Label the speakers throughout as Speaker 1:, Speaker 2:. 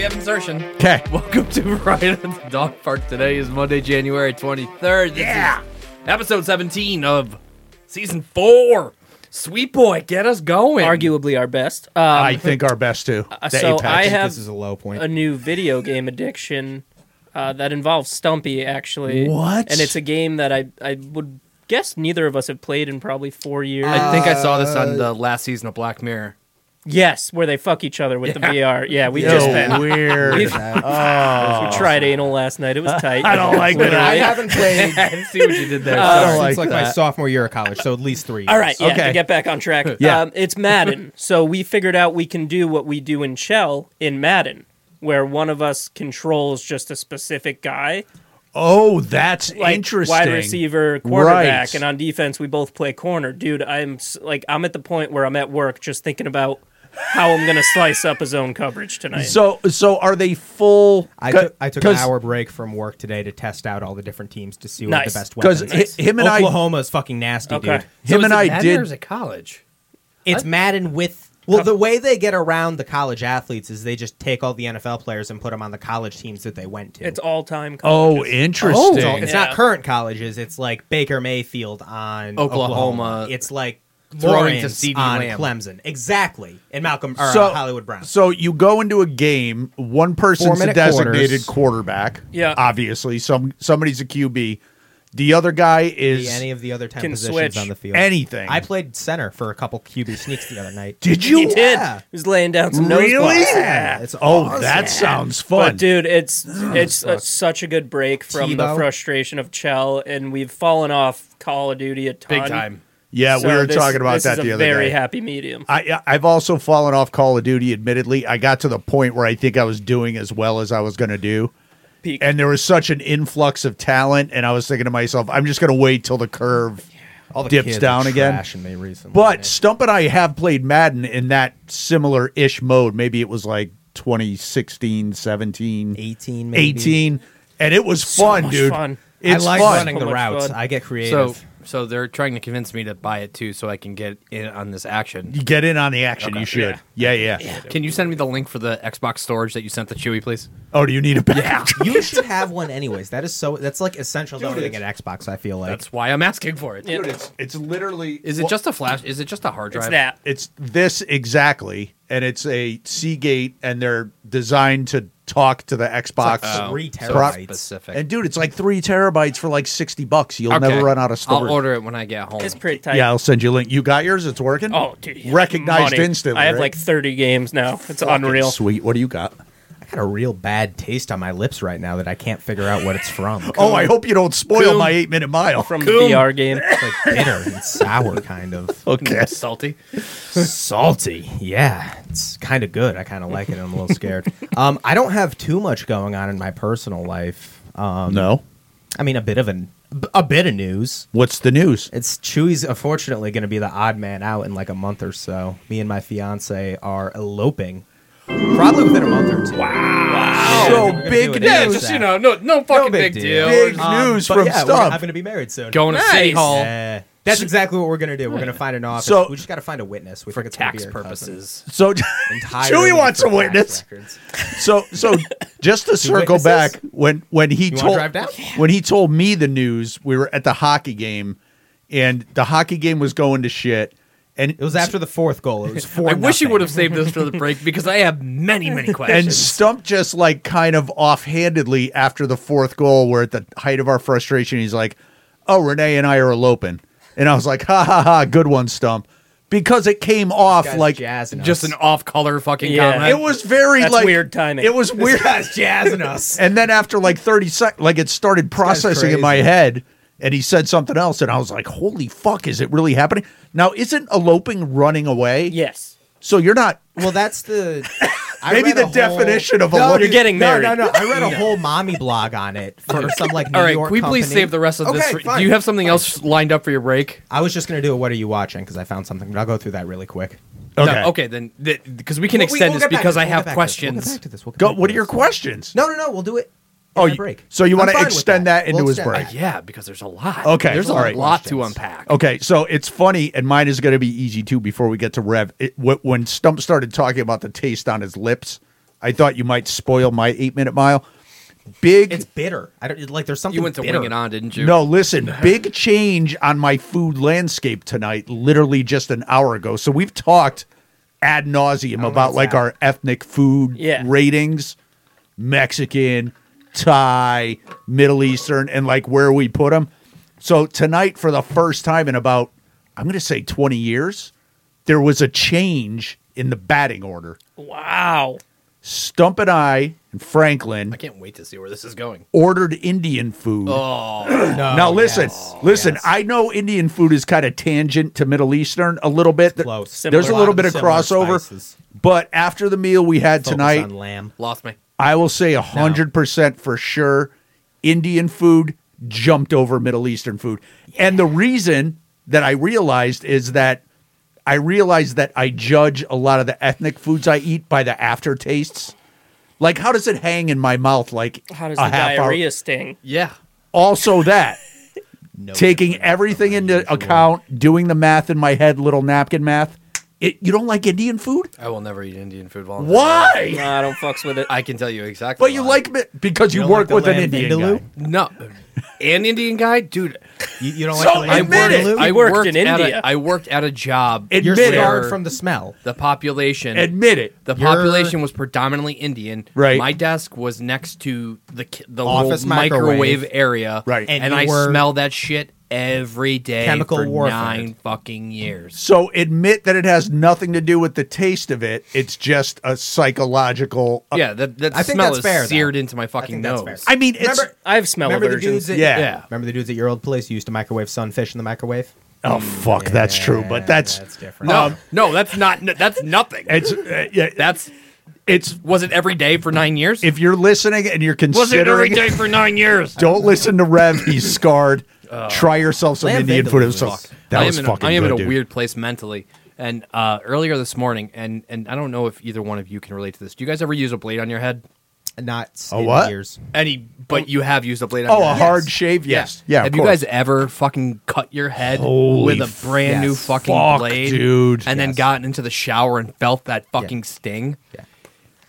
Speaker 1: have insertion.
Speaker 2: Okay.
Speaker 1: Welcome to Ride at the Dog Park. Today is Monday, January 23rd. This yeah. episode 17 of season four. Sweet boy, get us going.
Speaker 3: arguably our best. Um,
Speaker 2: I think our best too. The
Speaker 3: Uh, so
Speaker 2: Apex.
Speaker 3: I have
Speaker 4: this is a low point.
Speaker 3: a new video game addiction uh, that involves Stumpy actually.
Speaker 2: What?
Speaker 3: And it's a game that I I would guess neither of us have played in probably four years.
Speaker 2: Uh,
Speaker 1: I think I saw this on the
Speaker 4: Uh,
Speaker 1: last season of Black Mirror.
Speaker 3: yes, where they fuck each other with
Speaker 1: Yeah.
Speaker 3: the VR. Yeah, we
Speaker 2: Yo,
Speaker 3: just been,
Speaker 2: weird.
Speaker 3: We've- we tried anal last night. It was tight.
Speaker 2: I don't like that.
Speaker 4: I haven't played
Speaker 1: I see what you did there.
Speaker 2: I don't
Speaker 4: since
Speaker 2: like
Speaker 4: like, my
Speaker 2: that.
Speaker 4: sophomore year of college, so at least three.
Speaker 3: All right, yeah,
Speaker 2: Okay.
Speaker 3: to get back on track.
Speaker 2: Yeah.
Speaker 3: Um, it's Madden. so we figured out we can do what we do in Shell in Madden, where one of us controls just a specific guy,
Speaker 2: oh, that's
Speaker 3: like
Speaker 2: interesting.
Speaker 3: wide receiver, quarterback,
Speaker 2: Right.
Speaker 3: and on defense we both play corner. Dude, I'm s- like I'm at the point where I'm at work just thinking about how I'm going to slice up his own coverage tonight.
Speaker 2: So, so are they full?
Speaker 4: I took, I took an
Speaker 2: 'cause-
Speaker 4: hour break from work today to test out all the different teams to see what
Speaker 3: Nice.
Speaker 4: the best
Speaker 2: 'Cause
Speaker 4: weapons.
Speaker 2: hi- him and I-
Speaker 4: Oklahoma is fucking nasty,
Speaker 3: Okay.
Speaker 4: dude.
Speaker 2: Him and I did.
Speaker 1: at college.
Speaker 4: It's Madden with. Well, the way they get around the college athletes is they just take all the NFL players and put them on the college teams that they went to.
Speaker 3: it's all-time
Speaker 2: Oh,
Speaker 3: colleges.
Speaker 2: interesting.
Speaker 4: So it's
Speaker 3: Yeah.
Speaker 4: not current colleges. It's like Baker Mayfield on
Speaker 1: Oklahoma.
Speaker 4: Oklahoma. It's like
Speaker 1: Throwing to
Speaker 4: Lawrence
Speaker 1: CeeDee
Speaker 4: on
Speaker 1: Lamb.
Speaker 4: Clemson. Exactly. And Malcolm or uh,
Speaker 2: So-
Speaker 4: Hollywood Brown.
Speaker 2: So you go into a game, one person's a
Speaker 4: Four-minute
Speaker 2: designated
Speaker 4: quarters.
Speaker 2: quarterback.
Speaker 3: Yeah.
Speaker 2: Obviously, some somebody's a QB. The other guy
Speaker 4: be
Speaker 2: is
Speaker 4: any of the other ten
Speaker 3: Can
Speaker 4: positions
Speaker 3: switch
Speaker 4: on the field.
Speaker 2: anything.
Speaker 4: I played center for a couple QB sneaks the other night.
Speaker 2: Did you?
Speaker 3: He did.
Speaker 4: Yeah.
Speaker 3: He was laying down some nose
Speaker 2: Really?
Speaker 3: blocks.
Speaker 4: Yeah, it's
Speaker 2: oh,
Speaker 4: awesome.
Speaker 2: that sounds fun.
Speaker 3: But dude, it's it's a, such a good break from the
Speaker 4: Tebow.
Speaker 3: frustration of Chell, and we've fallen off Call of Duty a ton.
Speaker 1: Big time.
Speaker 2: yeah,
Speaker 3: So
Speaker 2: we were
Speaker 3: this-
Speaker 2: talking about
Speaker 3: this
Speaker 2: that
Speaker 3: is
Speaker 2: the
Speaker 3: a
Speaker 2: other
Speaker 3: very
Speaker 2: day.
Speaker 3: happy medium.
Speaker 2: I, I've also fallen off Call of Duty. Admittedly, I got to the point where I think I was doing as well as I was going to do,
Speaker 3: Peak.
Speaker 2: and there was such an influx of talent, and I was thinking to myself, "I'm just going to wait till the curve
Speaker 4: All the
Speaker 2: dips
Speaker 4: kids
Speaker 2: down
Speaker 4: are
Speaker 2: again."
Speaker 4: trashing me recently.
Speaker 2: But
Speaker 4: man.
Speaker 2: Stump and I have played Madden in that similar ish mode. Maybe it was like 2016, 17,
Speaker 4: 18, maybe.
Speaker 2: 18. And it was
Speaker 3: So
Speaker 2: fun,
Speaker 3: much
Speaker 2: dude.
Speaker 3: fun.
Speaker 4: I
Speaker 2: It's
Speaker 4: like
Speaker 2: fun.
Speaker 4: running
Speaker 3: So
Speaker 4: the
Speaker 3: much
Speaker 4: routes.
Speaker 3: fun.
Speaker 4: I get creative.
Speaker 1: So, so they're trying to convince me to buy it too, so I can get in on this action.
Speaker 2: You get in on the action.
Speaker 1: Okay.
Speaker 2: You should. Yeah. Yeah,
Speaker 1: Can you send me the link for the Xbox storage that you sent the Chewy, please?
Speaker 2: Oh, do you need a back?
Speaker 4: you should have one anyways. That is so that's like essential to everything at Xbox, I feel like.
Speaker 1: That's why I'm asking for it.
Speaker 3: Yeah.
Speaker 2: it's, it's literally.
Speaker 1: Is it
Speaker 2: well,
Speaker 1: just a flash? Is it just a hard drive?
Speaker 3: It's that.
Speaker 2: It's this exactly. And it's a Seagate, and they're designed to talk to the Xbox.
Speaker 4: It's like three
Speaker 2: pro-
Speaker 4: terabytes.
Speaker 1: Specific.
Speaker 2: And dude, it's like three terabytes for like 60 bucks. You'll
Speaker 1: Okay.
Speaker 2: never run out of storage.
Speaker 1: I'll order it when I get home.
Speaker 3: It's pretty tight.
Speaker 2: Yeah, I'll send you a link. You got yours? It's working?
Speaker 3: Oh, dude. yeah,
Speaker 2: Recognized
Speaker 3: money.
Speaker 2: instantly.
Speaker 3: I have
Speaker 2: right?
Speaker 3: like 30 games now. It's
Speaker 2: Fucking
Speaker 3: unreal.
Speaker 2: Sweet. What do you got?
Speaker 4: I got a real bad taste on my lips right now that I can't figure out what it's from.
Speaker 2: Oh, I hope you don't spoil
Speaker 1: Coom.
Speaker 2: my eight minute mile.
Speaker 3: From the VR game.
Speaker 4: It's like bitter and sour kind of.
Speaker 2: okay.
Speaker 1: salty.
Speaker 4: salty. Yeah, it's kind of good. I kind of like it. I'm a little scared. um, I don't have too much going on in my personal life. Um,
Speaker 2: No.
Speaker 4: I mean, a bit of an a bit of news.
Speaker 2: What's the news?
Speaker 4: It's Chewy's unfortunately going to be the odd man out in like a month or so. Me and my fiance are eloping, probably within a month or two.
Speaker 2: so
Speaker 4: gonna do
Speaker 2: big
Speaker 4: it.
Speaker 2: news.
Speaker 4: Yeah, just, you know,
Speaker 1: no, no fucking
Speaker 4: big big deal.
Speaker 2: Big news
Speaker 4: Um, but
Speaker 2: from
Speaker 4: yeah, we're-
Speaker 2: Stubb.
Speaker 4: I'm going to be married soon.
Speaker 1: Going to City
Speaker 3: Nice.
Speaker 1: Hall
Speaker 4: Yeah. that's exactly what we're going to do. We're going to find an office.
Speaker 2: So-
Speaker 4: we just got to find a witness. We
Speaker 1: for
Speaker 4: think it's gonna
Speaker 1: tax
Speaker 4: be our cousin.
Speaker 1: purposes.
Speaker 2: so
Speaker 4: Entirely
Speaker 2: Chewy wants
Speaker 4: for
Speaker 2: a witness.
Speaker 4: tax records.
Speaker 2: So so just to circle
Speaker 4: witnesses?
Speaker 2: back when when he
Speaker 4: wanna
Speaker 2: told
Speaker 4: drive down?
Speaker 2: when he told me the news, we were at the hockey game and the hockey game was going to shit and
Speaker 4: It was after the fourth goal. It was four.
Speaker 1: I wish you
Speaker 4: nothing.
Speaker 1: would have saved this for the break because I have many, many
Speaker 2: and
Speaker 1: questions.
Speaker 2: Stump just like kind of offhandedly after the fourth goal, we're at the height of our frustration. He's like, "Oh, Renee and I are eloping," and I was like, "Ha ha ha! Good one, Stump," because it came off
Speaker 4: Guys
Speaker 2: like
Speaker 4: jazzing us.
Speaker 1: Just an off-color fucking
Speaker 3: Yeah.
Speaker 1: comment.
Speaker 2: it was very
Speaker 3: That's
Speaker 2: like
Speaker 3: weird timing.
Speaker 2: It was weird.
Speaker 4: guys jazzing us.
Speaker 2: and then after like thirty seconds, like it started processing in
Speaker 4: crazy.
Speaker 2: my head. And he said something else, and I was like, "Holy fuck! Is it really happening now? Isn't eloping running away?
Speaker 3: Yes.
Speaker 2: So you're not
Speaker 4: Well, that's the I
Speaker 2: Maybe
Speaker 4: read
Speaker 2: the
Speaker 4: a whole-
Speaker 2: definition of a
Speaker 4: No,
Speaker 2: look-
Speaker 3: You're getting
Speaker 4: no,
Speaker 3: married.
Speaker 4: No, no, I read a whole mommy blog on it for some like New
Speaker 1: All right,
Speaker 4: York.
Speaker 1: can we please
Speaker 4: company.
Speaker 1: save the rest of this?
Speaker 4: Okay,
Speaker 1: for-
Speaker 4: fine,
Speaker 1: Do you have something else lined up for your break?
Speaker 4: I was just gonna do a what are you watching because I found something, but I'll go through that really quick.
Speaker 2: okay.
Speaker 1: No, okay, then because we can
Speaker 4: We'll- we-
Speaker 1: extend
Speaker 4: we'll
Speaker 1: this
Speaker 4: get back
Speaker 1: because
Speaker 4: to
Speaker 1: I
Speaker 4: this. We'll
Speaker 1: have
Speaker 4: get back to this. We'll
Speaker 1: questions.
Speaker 4: get back to this. We'll get
Speaker 2: Go.
Speaker 4: back to
Speaker 2: What are your
Speaker 4: this.
Speaker 2: questions?
Speaker 4: No, no, no. We'll do it. in
Speaker 2: Oh,
Speaker 4: my
Speaker 2: you-
Speaker 4: break.
Speaker 2: so you
Speaker 4: I'm
Speaker 2: wanna
Speaker 4: fine with
Speaker 2: extend that into
Speaker 4: We'll
Speaker 2: his
Speaker 4: extend
Speaker 2: break.
Speaker 4: that.
Speaker 1: Yeah, because there's a lot.
Speaker 2: Okay,
Speaker 1: there's a
Speaker 2: all right.
Speaker 1: lot to
Speaker 4: Questions.
Speaker 1: unpack.
Speaker 2: Okay, so it's funny, and mine is going to be easy too. Before we get to Rev, it, wh- when Stump started talking about the taste on his lips, I thought you might spoil my eight minute mile. Big
Speaker 4: It's bitter. I don't like. There's something.
Speaker 1: You went to
Speaker 4: bitter.
Speaker 1: wing it on, didn't you?
Speaker 2: No, listen, big change on my food landscape tonight, literally just an hour ago. So we've talked ad
Speaker 1: Oh,
Speaker 2: nauseum about
Speaker 4: what's
Speaker 2: like
Speaker 4: that.
Speaker 2: our ethnic food
Speaker 3: Yeah.
Speaker 2: ratings Mexican, Thai, Middle Eastern, and like where we put them. So tonight, for the first time in about, I'm going to say 20 years, there was a change in the batting order.
Speaker 3: Wow.
Speaker 2: Stump and I and Franklin
Speaker 1: I can't wait to see where this is going.
Speaker 2: ordered Indian food.
Speaker 1: Oh,
Speaker 4: No,
Speaker 2: Now listen,
Speaker 4: yes.
Speaker 2: listen.
Speaker 4: Yes.
Speaker 2: I know Indian food is kind of tangent to Middle Eastern a little bit. Th-
Speaker 4: Close.
Speaker 2: There's a
Speaker 3: Similar.
Speaker 2: little bit of
Speaker 4: Similar
Speaker 2: crossover,
Speaker 4: spices.
Speaker 2: but after the meal we had
Speaker 4: Focus
Speaker 2: tonight,
Speaker 4: on lamb.
Speaker 1: lost me.
Speaker 2: I will say hundred percent for sure, Indian food jumped over Middle Eastern food, and the reason that I realized is that I realized that I judge a lot of the ethnic foods I eat by the aftertastes. Like, how does it hang in my mouth? Like,
Speaker 3: How does
Speaker 2: a
Speaker 3: the
Speaker 2: half hour?
Speaker 3: diarrhea sting?
Speaker 1: Yeah.
Speaker 2: Also, that
Speaker 4: No
Speaker 2: taking
Speaker 4: different.
Speaker 2: everything into
Speaker 4: unusual.
Speaker 2: account, doing the math in my head, little napkin math. It, you don't like Indian food?
Speaker 1: I will never eat Indian food. voluntarily.
Speaker 3: No,
Speaker 2: Why?
Speaker 3: I don't fucks with it.
Speaker 1: I can tell you exactly.
Speaker 2: But you
Speaker 1: why.
Speaker 2: like it because you,
Speaker 4: don't like
Speaker 2: work
Speaker 4: the
Speaker 2: with an
Speaker 4: lamb
Speaker 2: Indian
Speaker 4: vindaloo?
Speaker 2: guy.
Speaker 1: no, an Indian guy, dude.
Speaker 4: You, you don't
Speaker 2: So
Speaker 4: like the lamb
Speaker 2: admit it.
Speaker 4: vindaloo?
Speaker 1: I
Speaker 3: worked
Speaker 1: worked
Speaker 3: in
Speaker 1: at a-
Speaker 3: India.
Speaker 1: I worked at a job.
Speaker 2: It-
Speaker 4: You're
Speaker 2: admit it.
Speaker 4: scarred from the smell.
Speaker 1: the population.
Speaker 2: Admit it.
Speaker 1: the
Speaker 4: You're-
Speaker 1: population was predominantly Indian.
Speaker 2: Right.
Speaker 1: My desk was next to the ki- the
Speaker 4: Office
Speaker 1: whole microwave,
Speaker 4: microwave.
Speaker 1: area.
Speaker 2: Right.
Speaker 1: And,
Speaker 4: And you
Speaker 1: I
Speaker 4: were-
Speaker 1: smell that shit every day
Speaker 4: Chemical
Speaker 1: for
Speaker 4: warfare.
Speaker 1: nine fucking years.
Speaker 2: So admit that it has nothing to do with the taste of it. It's just a psychological. uh,
Speaker 1: yeah, that, that
Speaker 4: I think
Speaker 1: smell
Speaker 4: that's
Speaker 1: is
Speaker 4: fair, though.
Speaker 1: seared into my
Speaker 4: I
Speaker 1: fucking
Speaker 4: think
Speaker 1: nose.
Speaker 4: that's fair.
Speaker 2: I mean, it's
Speaker 4: Remember-
Speaker 3: I've smell
Speaker 4: Remember the dudes
Speaker 3: aversions.
Speaker 4: at,
Speaker 2: Yeah.
Speaker 4: Remember the dudes at your old place who used to microwave sunfish in the microwave?
Speaker 2: oh fuck, that's true, but that's
Speaker 4: That's
Speaker 1: No,
Speaker 4: different. Uh,
Speaker 1: no, that's not. n- That's nothing.
Speaker 2: it's uh, yeah,
Speaker 1: That's
Speaker 2: it's.
Speaker 1: was it every day for nine years?
Speaker 2: If you're listening and you're
Speaker 1: was it every
Speaker 2: considering,
Speaker 1: day for nine years?
Speaker 2: don't listen to Rev. He's scarred. Try yourself some
Speaker 4: Lamb
Speaker 2: Indian food. It was
Speaker 4: vindaloo
Speaker 2: fuck.
Speaker 4: is-
Speaker 2: That
Speaker 1: I am
Speaker 2: was
Speaker 1: in
Speaker 2: fucking
Speaker 1: a, I am
Speaker 2: good,
Speaker 1: in a
Speaker 2: dude.
Speaker 1: weird place mentally. And uh, earlier this morning, and and I don't know if either one of you can relate to this. Do you guys ever use a blade on your head?
Speaker 4: Not
Speaker 2: A
Speaker 4: in
Speaker 2: what?
Speaker 4: years.
Speaker 1: Any, but you have used a blade. on
Speaker 2: Oh,
Speaker 1: your
Speaker 2: a
Speaker 1: head.
Speaker 2: hard shave? Yes. Yeah. of
Speaker 1: have you
Speaker 2: course.
Speaker 1: guys ever fucking cut your head with
Speaker 2: Holy
Speaker 1: a brand new
Speaker 4: yes.
Speaker 1: fucking
Speaker 2: fuck,
Speaker 1: blade,
Speaker 2: dude.
Speaker 1: And then
Speaker 4: Yes.
Speaker 1: gotten into the shower and felt that fucking sting.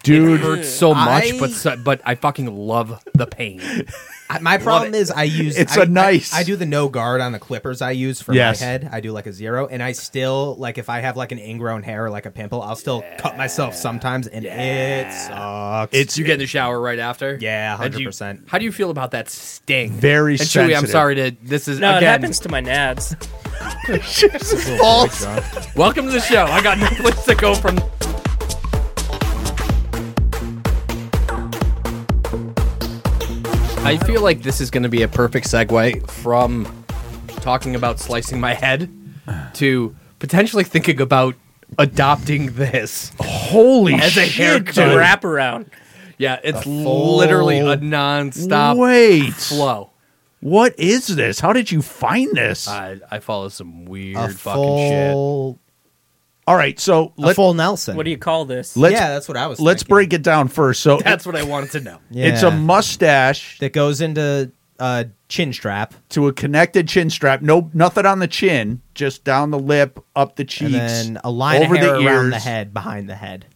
Speaker 2: dude?
Speaker 1: It hurts so much,
Speaker 4: I-
Speaker 1: but so, but I fucking love the pain.
Speaker 4: I, my problem is I use
Speaker 2: It's
Speaker 4: I-
Speaker 2: a nice-
Speaker 4: I, I do the no guard on the clippers I use for
Speaker 2: Yes.
Speaker 4: my head. I do like a zero, and I still like if I have like an ingrown hair or like a pimple, I'll still cut myself sometimes, and it sucks.
Speaker 2: It's
Speaker 1: you get in the shower right after.
Speaker 4: Yeah,
Speaker 1: And do you-
Speaker 4: 100%.
Speaker 1: How do you feel about that sting?
Speaker 2: Very
Speaker 1: and Chewy, I'm
Speaker 2: sensitive.
Speaker 1: sorry to. This is
Speaker 3: No,
Speaker 1: again.
Speaker 3: it happens to my nads.
Speaker 2: false.
Speaker 1: Welcome to the show. I got no place to go from. I feel like this is going to be a perfect segue from talking about slicing my head to potentially thinking about adopting this.
Speaker 2: Oh, Holy
Speaker 1: As a
Speaker 2: shit,
Speaker 1: haircut.
Speaker 2: dude.
Speaker 3: Wrap around.
Speaker 1: Yeah, it's literally a non-stop
Speaker 2: Wait.
Speaker 1: flow.
Speaker 2: What is this? How did you find this?
Speaker 1: I, I follow some weird
Speaker 4: a
Speaker 1: fucking shit.
Speaker 4: full,
Speaker 2: All right, so
Speaker 4: a
Speaker 2: let,
Speaker 4: full Nelson.
Speaker 3: What do you call this?
Speaker 2: let's
Speaker 4: yeah, that's what I was.
Speaker 2: let's
Speaker 4: thinking.
Speaker 2: break it down first. So
Speaker 1: That's what I wanted to know.
Speaker 4: Yeah.
Speaker 2: it's a mustache
Speaker 4: that goes into uh, chin strap,
Speaker 2: to a connected chin strap. No, nothing on the chin, just down the lip, up the cheeks,
Speaker 4: and then a line
Speaker 2: over
Speaker 4: of hair
Speaker 2: the
Speaker 4: around the
Speaker 2: ears.
Speaker 4: head, behind the head.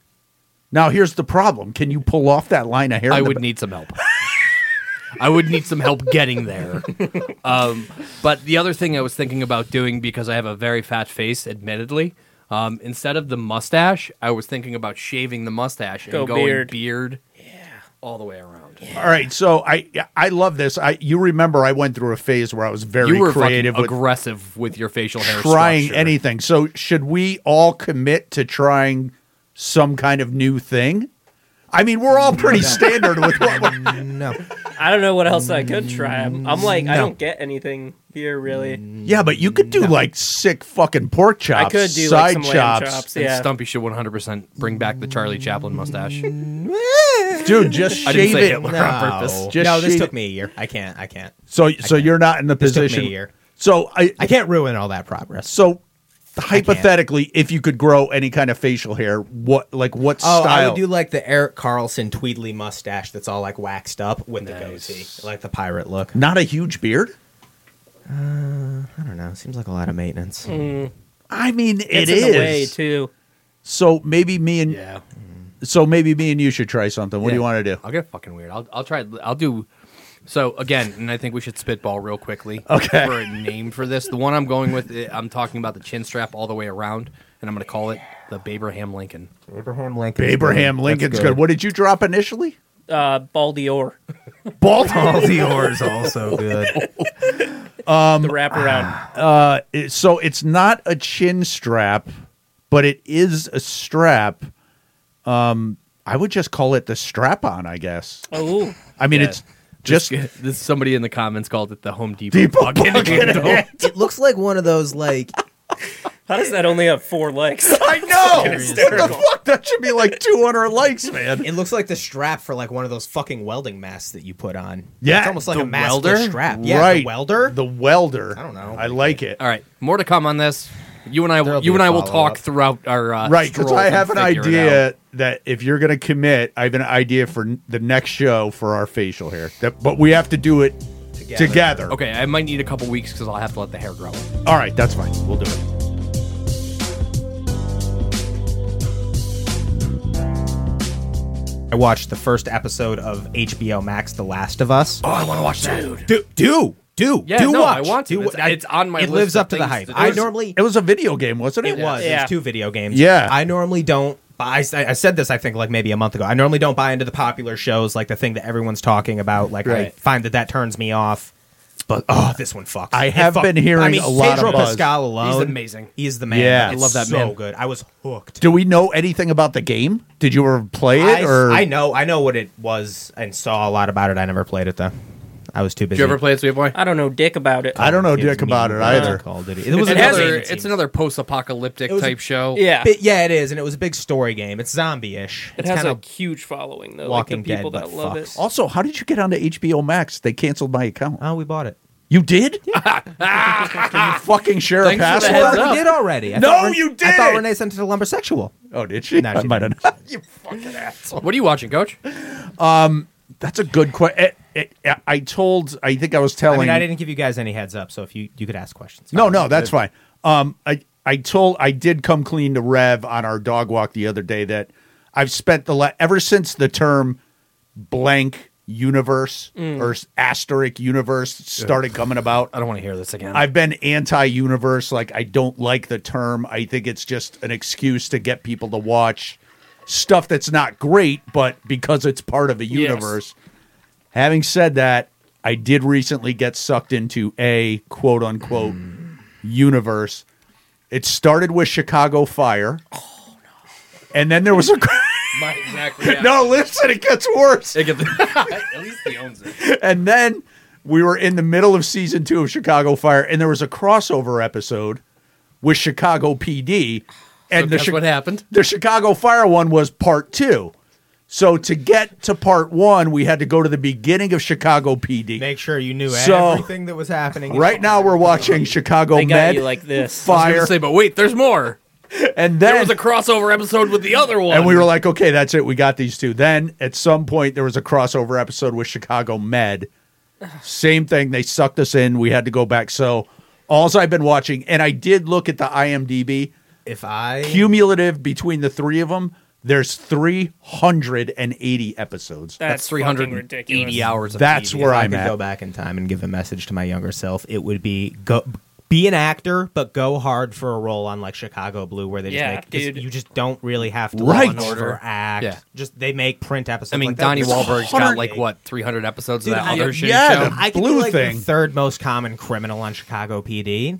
Speaker 2: Now here's the problem: Can you pull off that line of hair?
Speaker 1: I
Speaker 2: in the
Speaker 1: would
Speaker 2: ba-
Speaker 1: need some help. I would need some help getting there. Um, but the other thing I was thinking about doing because I have a very fat face, admittedly, um, instead of the mustache, I was thinking about shaving the mustache and
Speaker 3: Go
Speaker 1: going
Speaker 3: beard.
Speaker 1: beard. Yeah. All the way around.
Speaker 2: All right, so I I love this. I you remember I went through a phase where I was very
Speaker 1: You were
Speaker 2: creative
Speaker 1: fucking
Speaker 2: with
Speaker 1: aggressive with your facial hair.
Speaker 2: trying
Speaker 1: structure.
Speaker 2: anything. So should we all commit to trying some kind of new thing? I mean, we're all pretty standard with what we're-
Speaker 4: No,
Speaker 3: I don't know what else I could try. I'm, I'm like, I don't get anything here really.
Speaker 2: Yeah, but you could do like sick fucking pork chops.
Speaker 3: I could do like
Speaker 2: side
Speaker 3: some lamb
Speaker 2: chops.
Speaker 3: chops.
Speaker 1: And
Speaker 3: Yeah.
Speaker 1: Stumpy should 100% bring back the Charlie Chaplin mustache.
Speaker 2: Dude, just
Speaker 1: I didn't
Speaker 2: shave
Speaker 1: say
Speaker 2: it.
Speaker 1: Hitler on purpose.
Speaker 2: Just
Speaker 4: no, this
Speaker 2: shave
Speaker 4: took
Speaker 2: it.
Speaker 4: me a year. I can't. I can't.
Speaker 2: So so you're not in the
Speaker 4: This took me a
Speaker 2: position.
Speaker 4: year.
Speaker 2: So I,
Speaker 4: I can't ruin all that progress.
Speaker 2: so hypothetically, if you could grow any kind of facial hair, what like what
Speaker 4: Oh, I
Speaker 2: style?
Speaker 4: would do like the Eric Carlson Tweedly mustache that's all like waxed up with the
Speaker 1: Nice.
Speaker 4: goatee, like the pirate look.
Speaker 2: not a huge beard.
Speaker 4: I don't know. Seems like a lot of maintenance.
Speaker 2: I mean, it
Speaker 3: It's in the way
Speaker 2: is.
Speaker 3: too.
Speaker 2: So maybe me and
Speaker 1: Yeah.
Speaker 2: So maybe me and you should try something. What do you want to do?
Speaker 1: I'll get fucking weird. I'll I'll try. I'll do. So again, and I think we should spitball real quickly.
Speaker 2: Okay.
Speaker 1: For a name for this, the one I'm going with, eh, I'm talking about the chin strap all the way around, and I'm going to call it the Abraham Lincoln.
Speaker 4: Abraham Lincoln.
Speaker 2: Abraham Lincoln's good. What did you drop initially?
Speaker 3: Uh, Baldy Orr,
Speaker 2: Baltimore.
Speaker 4: Dior's also good.
Speaker 2: Um, ah.
Speaker 3: the wraparound.
Speaker 2: It- so it's not a chin strap, but it is a strap. Um, I would just call it the strap on, I guess.
Speaker 3: oh,
Speaker 2: I mean,
Speaker 1: Yeah.
Speaker 2: it's just
Speaker 1: This, this somebody in the comments called it the Home Depot.
Speaker 2: Depot
Speaker 1: pocket
Speaker 2: pocket
Speaker 1: handle.
Speaker 4: it looks like one of those like
Speaker 3: how does that only have four legs?
Speaker 2: I know.
Speaker 3: hysterical.
Speaker 2: What the fuck? That should be like 200 likes, man.
Speaker 4: it looks like the strap for like one of those fucking welding masks that you put on.
Speaker 2: Yeah,
Speaker 4: it's almost like
Speaker 1: the
Speaker 4: a mask with
Speaker 1: welder?
Speaker 4: a strap. Yeah,
Speaker 2: right.
Speaker 4: the welder.
Speaker 2: The welder.
Speaker 4: I don't know.
Speaker 2: I like it.
Speaker 1: All right, more to come on this. You and I,
Speaker 4: There'll
Speaker 1: will
Speaker 4: be
Speaker 1: you and
Speaker 4: a
Speaker 1: I will
Speaker 4: follow-up.
Speaker 1: talk throughout our uh,
Speaker 2: Right, because
Speaker 1: stroll
Speaker 2: I
Speaker 1: and
Speaker 2: have an
Speaker 1: figure it out.
Speaker 2: idea that if you're going to commit, I have an idea for n- the next show for our facial hair. That, but we have to do it together.
Speaker 1: Okay, I might need a couple weeks because I'll have to let the hair grow.
Speaker 2: All right, that's fine. We'll do it.
Speaker 4: I watched the first episode of HBO Max, The Last of Us.
Speaker 1: Oh, I want to watch that.
Speaker 4: do do do
Speaker 1: Yeah,
Speaker 4: do
Speaker 1: no,
Speaker 4: watch.
Speaker 1: I want to.
Speaker 4: Do,
Speaker 1: It's- it's on my
Speaker 4: It
Speaker 1: list
Speaker 4: lives
Speaker 1: of
Speaker 4: up to the
Speaker 1: things
Speaker 4: hype.
Speaker 1: to do.
Speaker 4: I normally
Speaker 2: It was a video game, wasn't it?
Speaker 4: It was.
Speaker 3: Yeah.
Speaker 4: It was two video games.
Speaker 2: Yeah.
Speaker 4: I normally don't buy. I, I said this, I think, like maybe a month ago. I normally don't buy into the popular shows, like the thing that everyone's talking about. Like I
Speaker 1: Right.
Speaker 4: find that that turns me off. But oh, this one fucks.
Speaker 2: I
Speaker 4: It
Speaker 2: have
Speaker 4: fuck-
Speaker 2: been hearing
Speaker 4: I mean,
Speaker 2: a lot of
Speaker 4: Pedro
Speaker 2: buzz.
Speaker 4: Pascal alone.
Speaker 1: He's amazing.
Speaker 4: He's the man.
Speaker 2: Yeah.
Speaker 4: Like,
Speaker 2: I
Speaker 4: it's
Speaker 1: love that
Speaker 4: so
Speaker 1: man.
Speaker 4: good. I was hooked.
Speaker 2: Do we know anything about the game? Did you ever play it?
Speaker 4: I,
Speaker 2: or
Speaker 4: I know. I know what it was and saw a lot about it. I never played it though. I was too busy.
Speaker 1: Did you ever play it, Sweet Boy?
Speaker 3: I don't know dick about it.
Speaker 2: I don't know
Speaker 4: It was
Speaker 2: dick about
Speaker 4: me.
Speaker 2: it either.
Speaker 4: Call of Duty. It was
Speaker 1: It's
Speaker 4: another.
Speaker 1: another,
Speaker 4: it's
Speaker 1: it's another post-apocalyptic
Speaker 4: It was a-
Speaker 1: type show.
Speaker 3: yeah,
Speaker 4: Bit- yeah, it is, and it was a big story game. It's zombie-ish.
Speaker 3: it
Speaker 4: It's
Speaker 3: has
Speaker 4: kinda-
Speaker 3: a huge following though.
Speaker 4: Walking
Speaker 3: like the
Speaker 4: Dead,
Speaker 3: people
Speaker 4: but
Speaker 3: that love it.
Speaker 4: fucks.
Speaker 2: Also, how did you get onto HBO Max? They canceled my account.
Speaker 4: Oh, we bought it.
Speaker 2: You did? Can you fucking share a
Speaker 1: Thanks for the
Speaker 2: password?
Speaker 1: heads up.
Speaker 4: we did already. I
Speaker 2: No,
Speaker 4: thought Ren-
Speaker 2: you
Speaker 4: I thought
Speaker 2: didn't!
Speaker 4: Renee sent it to Lumbersexual.
Speaker 2: Oh, did she?
Speaker 4: No,
Speaker 2: I
Speaker 4: she
Speaker 2: might
Speaker 4: didn't.
Speaker 2: have-
Speaker 1: What are you watching, Coach?
Speaker 2: That's a good question. I told. I think I was
Speaker 4: I
Speaker 2: telling.
Speaker 4: mean, I didn't give you guys any heads up, so if you you could ask questions.
Speaker 2: No, no, that's fine. Um, I I told I did come clean to Rev on our dog walk the other day that I've spent the la- ever since the term blank universe or s- asterisk universe started coming about.
Speaker 1: I don't want to hear this again.
Speaker 2: I've been anti-universe. Like I don't like the term. I think it's just an excuse to get people to watch stuff that's not great, but because it's part of a universe. Having said that, I did recently get sucked into a quote unquote universe. It started with Chicago Fire. Oh no! And then there was a.
Speaker 1: My, exactly. yeah.
Speaker 2: No, listen, it gets worse.
Speaker 1: It gets- At least he owns it.
Speaker 2: And then we were in the middle of season two of Chicago Fire, and there was a crossover episode with Chicago PD. And
Speaker 1: And
Speaker 2: the,
Speaker 1: guess
Speaker 2: Chi-
Speaker 1: what happened?
Speaker 2: the Chicago Fire one was part two. So to get to part one, we had to go to the beginning of Chicago PD.
Speaker 4: Make sure you knew
Speaker 2: So-
Speaker 4: everything that was happening.
Speaker 2: Right now, we're watching Chicago
Speaker 3: They got
Speaker 2: Med
Speaker 3: you like this.
Speaker 1: I was
Speaker 2: Fire,
Speaker 1: gonna say, but wait, there's more.
Speaker 2: and
Speaker 1: There
Speaker 2: then
Speaker 1: was a crossover episode with the other one.
Speaker 2: and we were like, okay, that's it. We got these two. Then at some point, there was a crossover episode with Chicago Med. Same thing. They sucked us in. We had to go back. So, alls I've been watching, and I did look at the IMDb
Speaker 4: If I
Speaker 2: cumulative between the three of them. There's 380 episodes.
Speaker 1: that's
Speaker 3: fucking
Speaker 1: 380
Speaker 3: ridiculous.
Speaker 1: hours. Of
Speaker 2: That's
Speaker 1: TV.
Speaker 2: where
Speaker 4: if I
Speaker 2: I'm
Speaker 4: could
Speaker 2: at.
Speaker 4: go back in time and give a message to my younger self, it would be go be an actor, but go hard for a role on like Chicago Blue, where they just
Speaker 3: Yeah,
Speaker 4: make 'cause
Speaker 3: dude.
Speaker 4: you just don't really have to
Speaker 2: Right.
Speaker 4: law and order act.
Speaker 1: Yeah.
Speaker 4: Just they make print episodes.
Speaker 1: I mean,
Speaker 4: like that.
Speaker 1: Donnie
Speaker 4: There's
Speaker 1: Wahlberg's got
Speaker 4: 100
Speaker 1: like what 300 episodes
Speaker 4: Dude,
Speaker 1: of that
Speaker 4: I-
Speaker 1: other shitty
Speaker 2: yeah,
Speaker 1: show.
Speaker 2: the-
Speaker 4: I could
Speaker 2: blue
Speaker 4: be like
Speaker 2: thing.
Speaker 4: the third most common criminal on Chicago PD.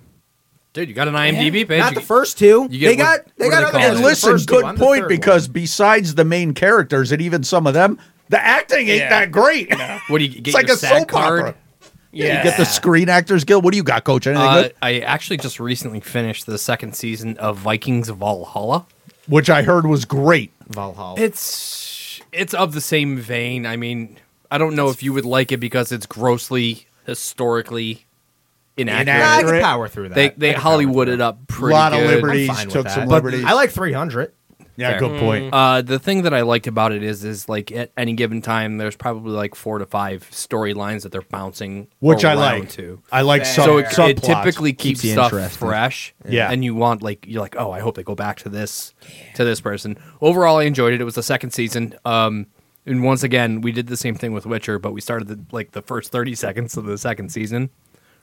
Speaker 1: Dude, you got an IMDb page.
Speaker 4: Not
Speaker 1: You-
Speaker 4: the first two.
Speaker 1: you get
Speaker 4: they
Speaker 1: what-
Speaker 4: got they
Speaker 1: what do
Speaker 4: got
Speaker 1: they
Speaker 4: other
Speaker 1: call
Speaker 2: And
Speaker 4: ones
Speaker 1: it?
Speaker 4: than the
Speaker 2: listen,
Speaker 4: first two.
Speaker 2: good
Speaker 4: I'm the
Speaker 2: point
Speaker 4: third
Speaker 2: because
Speaker 4: one.
Speaker 2: besides the main characters and even some of them, the acting ain't
Speaker 3: Yeah.
Speaker 2: that great.
Speaker 1: What do you get?
Speaker 2: It's like
Speaker 1: your
Speaker 2: a
Speaker 1: SAG
Speaker 2: soap
Speaker 1: card?
Speaker 2: opera.
Speaker 3: Yeah,
Speaker 2: You get the Screen Actors Guild. What do you got, Coach? Anything
Speaker 1: Uh,
Speaker 2: good?
Speaker 1: I actually just recently finished the second season of Vikings Valhalla.
Speaker 2: Which I heard was great.
Speaker 4: Valhalla.
Speaker 1: It's it's of the same vein. I mean, I don't know if you would like it because it's grossly historically inaccurate.
Speaker 4: Nah, I
Speaker 2: accurate.
Speaker 4: can power through that.
Speaker 1: They
Speaker 4: I
Speaker 1: they
Speaker 4: can power through
Speaker 1: Hollywood
Speaker 4: that.
Speaker 1: it up
Speaker 2: A
Speaker 1: pretty
Speaker 2: lot of
Speaker 1: good.
Speaker 2: liberties.
Speaker 4: fine with
Speaker 2: Took
Speaker 4: that.
Speaker 2: some
Speaker 4: But
Speaker 2: liberties.
Speaker 4: I like 300.
Speaker 2: Yeah,
Speaker 1: Fair.
Speaker 2: good
Speaker 3: Mm.
Speaker 2: point.
Speaker 1: Uh, the thing that I liked about it is, is like at any given time, there's probably like four to five storylines that they're bouncing,
Speaker 2: Which I
Speaker 1: around
Speaker 2: like.
Speaker 1: to.
Speaker 2: I like
Speaker 4: Fair.
Speaker 2: sub-
Speaker 1: so it, it
Speaker 2: subplots.
Speaker 1: typically keeps,
Speaker 4: Keeps you
Speaker 1: stuff
Speaker 4: interested.
Speaker 1: fresh.
Speaker 2: Yeah.
Speaker 1: and you want like you're like, oh, I hope they go back to this to this person. Overall, I enjoyed it. It was the second season. Um, and once again, we did the same thing with Witcher, but we started the, like the first thirty seconds of the second season.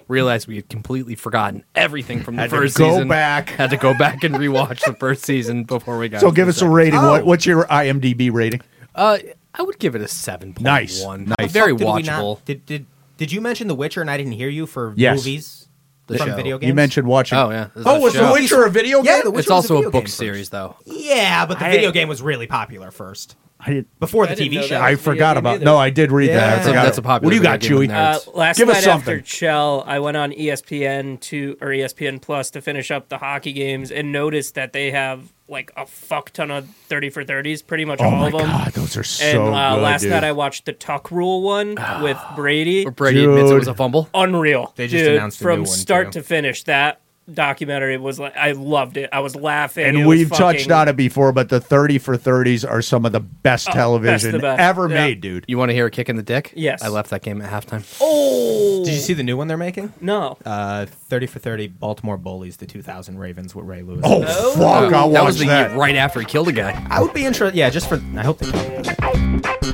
Speaker 1: Realized we had completely forgotten everything from the
Speaker 2: Had to
Speaker 1: first
Speaker 2: go
Speaker 1: season.
Speaker 2: back.
Speaker 1: Had to go back and rewatch the first season before we got.
Speaker 2: So
Speaker 1: to
Speaker 2: give
Speaker 1: the
Speaker 2: us a
Speaker 1: second.
Speaker 2: rating.
Speaker 4: Oh.
Speaker 2: What, what's your IMDb rating?
Speaker 1: Uh, I would give it a seven point one.
Speaker 2: Nice, nice.
Speaker 1: Very
Speaker 4: Fuck, did we not-
Speaker 1: watchable.
Speaker 4: Did, did did you mention The Witcher and I didn't hear you for
Speaker 2: Yes.
Speaker 4: movies
Speaker 1: The
Speaker 4: from
Speaker 1: show.
Speaker 4: video games?
Speaker 2: You mentioned watching.
Speaker 1: Oh, yeah. There's
Speaker 2: Oh,
Speaker 1: a
Speaker 2: was The
Speaker 1: show.
Speaker 2: Witcher a video
Speaker 4: Yeah,
Speaker 2: game?
Speaker 4: The Witcher
Speaker 1: It's
Speaker 4: was a
Speaker 1: also a
Speaker 4: video
Speaker 1: book
Speaker 4: game
Speaker 1: series, though.
Speaker 4: Yeah, but the
Speaker 2: I-
Speaker 4: video game was really popular first
Speaker 2: I, didn't-
Speaker 4: before the
Speaker 3: I didn't
Speaker 4: TV
Speaker 3: know
Speaker 4: show.
Speaker 3: that.
Speaker 2: I
Speaker 3: video
Speaker 2: forgot
Speaker 3: game
Speaker 2: about.
Speaker 3: either.
Speaker 2: No, I did read that. I
Speaker 4: Yeah.
Speaker 2: forgot
Speaker 1: That's a
Speaker 2: about-
Speaker 1: popular
Speaker 2: What do you got,
Speaker 1: video game
Speaker 2: Chewy?
Speaker 1: with
Speaker 3: Uh,
Speaker 1: nerds.
Speaker 3: last
Speaker 2: Give us
Speaker 3: night
Speaker 2: something.
Speaker 3: after Chell, I went on E ESPN to or E ESPN Plus to finish up the hockey games and noticed that they have like a fuck ton of thirty for thirties, pretty much
Speaker 2: Oh
Speaker 3: all
Speaker 2: my
Speaker 3: of them.
Speaker 2: god, those are so
Speaker 3: And uh,
Speaker 2: good.
Speaker 3: last
Speaker 2: dude.
Speaker 3: night I watched the Tuck Rule one with Brady.
Speaker 1: Where Brady admits it
Speaker 2: Dude.
Speaker 1: was a fumble.
Speaker 3: Unreal.
Speaker 4: They just
Speaker 3: Dude,
Speaker 4: announced a
Speaker 3: from
Speaker 4: new one,
Speaker 3: start
Speaker 4: too.
Speaker 3: to finish that documentary was like I loved it. I was laughing. It
Speaker 2: and
Speaker 3: was
Speaker 2: we've touched
Speaker 3: fucking- Oh,
Speaker 2: on it before, but the 30 for 30s are some of the best television
Speaker 3: the best.
Speaker 2: ever
Speaker 3: Yeah.
Speaker 2: made, dude.
Speaker 1: You want to hear a kick in the dick?
Speaker 3: Yes.
Speaker 1: I left that game at halftime.
Speaker 3: Oh
Speaker 4: Did you see the new one they're making?
Speaker 3: no.
Speaker 4: Uh, thirty for thirty, Baltimore Bullies, the 2000 Ravens with Ray Lewis.
Speaker 2: Oh, fuck, I
Speaker 1: that was
Speaker 2: watched
Speaker 1: the
Speaker 2: that.
Speaker 1: year right after he killed a guy.
Speaker 4: I would be interested. Yeah, just for I hope they.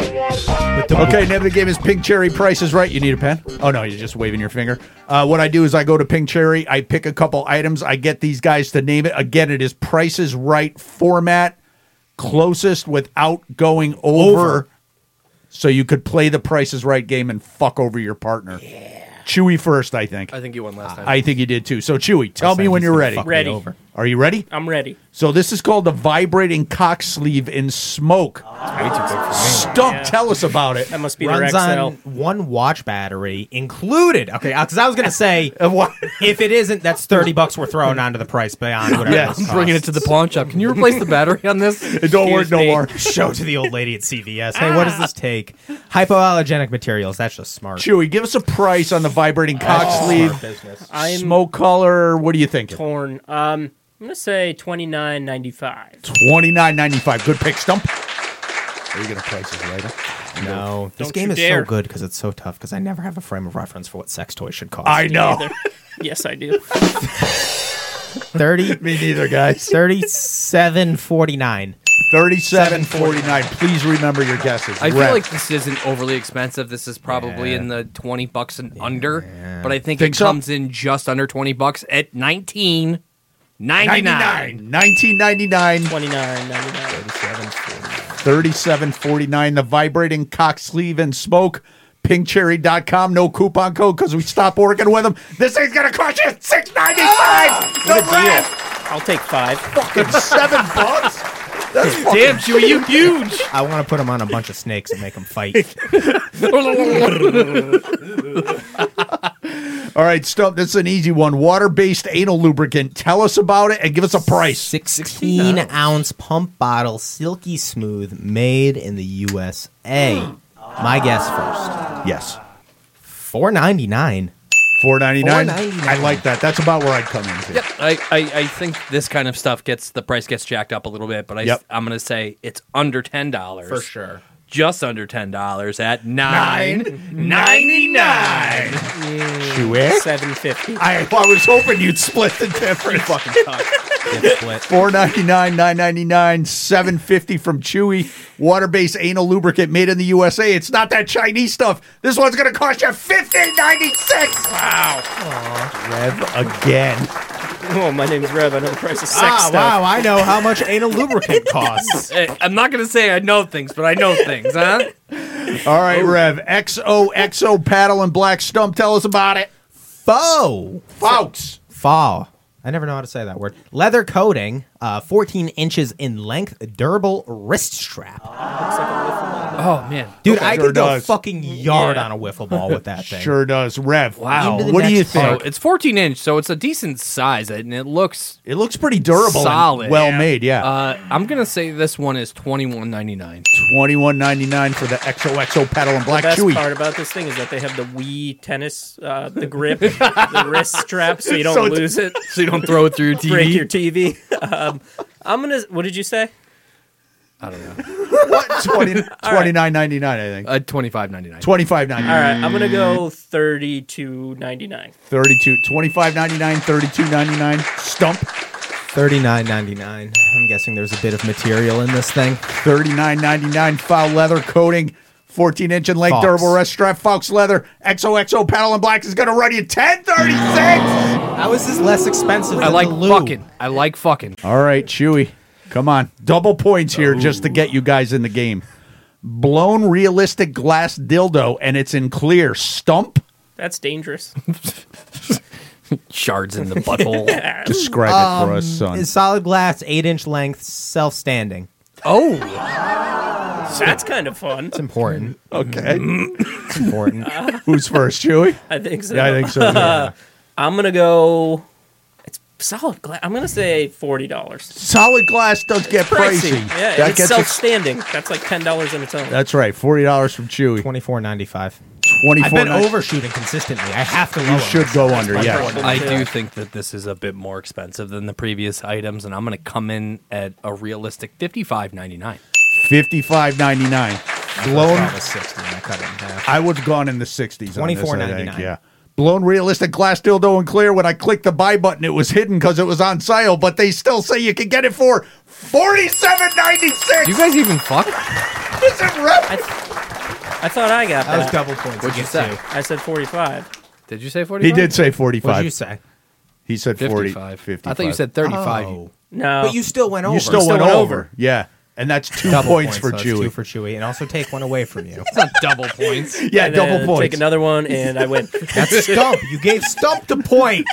Speaker 2: Okay, name of the game is Pink Cherry Price is Right. You need a pen? Oh, no, you're just waving your finger. Uh, what I do is I go to Pink Cherry, I pick a couple items, I get these guys to name it. Again, it is Price is Right format, closest without going over. So you could play the Price is Right game and fuck over your partner. Chewy first, I think.
Speaker 1: Ah, I think you won last time.
Speaker 2: I think you did too. So, Chewy, tell me
Speaker 4: He's
Speaker 2: when you're
Speaker 4: gonna
Speaker 2: ready.
Speaker 4: fuck me
Speaker 3: Ready.
Speaker 4: Over.
Speaker 2: Are you ready?
Speaker 3: I'm ready.
Speaker 2: So this is called the vibrating cock sleeve in smoke. Stump,
Speaker 3: Yeah.
Speaker 2: tell us about it.
Speaker 3: That must be their
Speaker 4: Runs
Speaker 3: XL.
Speaker 4: on one watch battery included. Okay, because I was gonna say if it isn't, that's thirty bucks we're throwing onto the price beyond whatever.
Speaker 2: Yes.
Speaker 4: this
Speaker 1: Bringing it
Speaker 4: costs.
Speaker 1: to the pawn shop. Can you replace the battery on this?
Speaker 2: It don't work no
Speaker 3: me.
Speaker 2: more.
Speaker 4: Show to the old lady at CVS. Hey, what does this take? Hypoallergenic materials. That's just smart.
Speaker 2: Chewy, give us a price on the vibrating cock
Speaker 4: Smart
Speaker 2: sleeve.
Speaker 4: business.
Speaker 3: I'm
Speaker 2: Smoke color. What do you think?
Speaker 3: torn. Um, I'm gonna say twenty nine ninety five.
Speaker 2: Twenty nine ninety five. Good pick, Stump. Are you gonna price this later?
Speaker 4: No, this
Speaker 3: Don't
Speaker 4: game
Speaker 3: you
Speaker 4: is
Speaker 3: dare.
Speaker 4: so good because it's so tough. Because I never have a frame of reference for what sex toys should cost.
Speaker 2: I know.
Speaker 3: Either. yes, I do.
Speaker 4: 30,
Speaker 2: Me neither, guys.
Speaker 4: 37, 49.
Speaker 2: Thirty-seven forty-nine. Please remember your guesses.
Speaker 1: I feel
Speaker 2: Rev.
Speaker 1: like this isn't overly expensive. This is probably
Speaker 4: Yeah.
Speaker 1: in the twenty bucks and under, but I think,
Speaker 2: Think
Speaker 1: it
Speaker 2: so?
Speaker 1: comes in just under twenty bucks at nineteen ninety nine.
Speaker 2: 99. 1999.
Speaker 3: Twenty nine ninety nine.
Speaker 2: 3749 the vibrating cock sleeve and smoke pinkcherry.com no coupon code because we stopped working with them this thing's gonna cost you
Speaker 1: Ah!
Speaker 2: 695 the rest
Speaker 3: I'll take five.
Speaker 2: fucking seven bucks that's fucking
Speaker 1: Damn, Chewy, you huge.
Speaker 4: I want to put them on a bunch of snakes and make them fight.
Speaker 2: all right stump this is an easy one water-based anal lubricant tell us about it and give us a price
Speaker 4: 16 ounce pump bottle, silky smooth, made in the USA. My guess first.
Speaker 2: yes
Speaker 4: 4.99.
Speaker 2: 499
Speaker 4: $4.99.
Speaker 2: i like that that's about where i'd come in too.
Speaker 1: Yep, I, I, I think this kind of stuff gets the price gets jacked up a little bit, but I,
Speaker 2: Yep.
Speaker 1: I'm going to say it's under ten dollars
Speaker 4: sure.
Speaker 1: just under ten dollars at nine ninety nine.
Speaker 2: Chewy?
Speaker 3: Seven fifty.
Speaker 2: I, I was hoping you'd split the difference Four ninety nine, nine ninety nine, seven fifty from Chewy. Water based anal lubricant made in the USA. It's not that Chinese stuff. This one's gonna cost you fifteen ninety six. Wow. Rev again.
Speaker 3: Oh, my name's Rev. I know the price of sex
Speaker 4: Ah,
Speaker 3: stuff.
Speaker 4: wow, I know how much anal lubricant costs.
Speaker 1: Eh, I'm not going to say I know things, but I know things, huh?
Speaker 2: All right, Rev. XOXO paddle and black stump. Tell us about it,
Speaker 4: Faux.
Speaker 2: folks.
Speaker 4: Faux. I never know how to say that word. Leather coating, uh, 14 inches in length, durable wrist strap.
Speaker 3: Looks like a wiffle ball.
Speaker 1: Oh man,
Speaker 4: Dude,
Speaker 2: Sure
Speaker 4: I could go
Speaker 2: does.
Speaker 4: fucking yard
Speaker 3: Yeah.
Speaker 4: on a wiffle ball with that thing.
Speaker 2: Sure does. Rev.
Speaker 1: Wow. Into
Speaker 4: the
Speaker 2: What do
Speaker 4: next
Speaker 2: you
Speaker 1: So
Speaker 2: think?
Speaker 1: it's 14 inch, so it's a decent size, and it looks.
Speaker 2: It looks pretty durable. and
Speaker 1: Solid.
Speaker 2: well
Speaker 1: Yeah.
Speaker 2: made, yeah.
Speaker 1: Uh, I'm gonna say this one is 21.99.
Speaker 2: Twenty one ninety nine for the XOXO pedal and black
Speaker 3: Best
Speaker 2: chewy.
Speaker 3: part about this thing is that they have the Wii tennis, uh, the grip, the wrist strap, so you don't
Speaker 2: So it's-
Speaker 3: lose it,
Speaker 1: So you don't throw it through your TV.
Speaker 3: break your TV. Um, I'm gonna. What did you say?
Speaker 1: I don't know.
Speaker 2: What? 20, 29.99, I think.
Speaker 1: Uh, 25.99.
Speaker 2: Twenty five ninety
Speaker 3: All
Speaker 2: nine.
Speaker 3: right, I'm gonna go thirty-two ninety-nine.
Speaker 2: 32 25.99 32.99 stump
Speaker 4: 39.99. I'm guessing there's a bit of material in this thing.
Speaker 2: 39.99 foul leather coating 14 inch in length
Speaker 4: Fox.
Speaker 2: durable wrist strap fox leather xoxo paddle and blacks is going to run you 1036
Speaker 4: How is this less expensive?
Speaker 1: I
Speaker 4: than
Speaker 1: like
Speaker 4: the lube?
Speaker 1: fucking. I like fucking.
Speaker 2: all right chewy come on double points here just to get you guys in the game blown realistic glass dildo and it's in clear stump
Speaker 3: That's dangerous.
Speaker 1: Shards in the butthole.
Speaker 2: describe it for us son
Speaker 4: It's solid glass, eight inch length, self standing.
Speaker 1: oh,
Speaker 3: That's kind of fun.
Speaker 4: It's important.
Speaker 2: okay
Speaker 4: It's important.
Speaker 2: who's first chewy
Speaker 3: I think so.
Speaker 2: yeah i think so yeah.
Speaker 3: I'm gonna go. It's solid glass. I'm gonna say forty dollars.
Speaker 2: solid glass does get pricey,
Speaker 3: Yeah,
Speaker 2: that
Speaker 3: and it's
Speaker 2: gets ex-
Speaker 3: self-standing. That's like ten dollars on its own.
Speaker 2: that's right $40 from chewy
Speaker 4: Twenty four ninety five.
Speaker 2: Twenty
Speaker 4: I've been overshooting consistently. I have to. Lower
Speaker 2: You should
Speaker 4: myself.
Speaker 2: go under,
Speaker 3: my
Speaker 2: yeah.
Speaker 3: problem.
Speaker 1: I do think that this is a bit more expensive than the previous items, and I'm gonna come in at a realistic 55.99.
Speaker 2: Fifty-five ninety-nine.
Speaker 4: Blown.
Speaker 2: Blown.
Speaker 4: was sixty. and I cut it in half.
Speaker 2: I would have gone in the sixties. Twenty-four ninety-nine.
Speaker 4: $24.99.
Speaker 2: Yeah. Blown realistic glass dildo and clear. When I clicked the buy button, it was hidden because it was on sale. But they still say you can get it for forty-seven ninety-six.
Speaker 1: Do you guys even fuck?
Speaker 2: Is it right?
Speaker 3: I, th- I thought I got
Speaker 4: That was
Speaker 3: that.
Speaker 4: double points.
Speaker 1: What'd you
Speaker 4: Get
Speaker 1: say?
Speaker 4: two.
Speaker 3: I said forty-five.
Speaker 1: Did you say 45?
Speaker 2: He did say
Speaker 4: What'd you
Speaker 2: forty-five.
Speaker 4: say?
Speaker 2: He said 40,
Speaker 1: 55.
Speaker 2: 55.
Speaker 1: I thought you said 35.
Speaker 4: Oh.
Speaker 3: No,
Speaker 4: But you still went over.
Speaker 2: You still, went,
Speaker 3: went
Speaker 2: over.
Speaker 3: over.
Speaker 2: Yeah, and that's two
Speaker 4: Double
Speaker 2: points, for
Speaker 4: so that's
Speaker 2: Chewy.
Speaker 4: Two for Chewy, and also take one away from you.
Speaker 1: It's not double points.
Speaker 2: yeah,
Speaker 3: And
Speaker 2: double
Speaker 3: then
Speaker 2: points.
Speaker 3: Take another one, and I win.
Speaker 4: That's stump. You gave stump the point.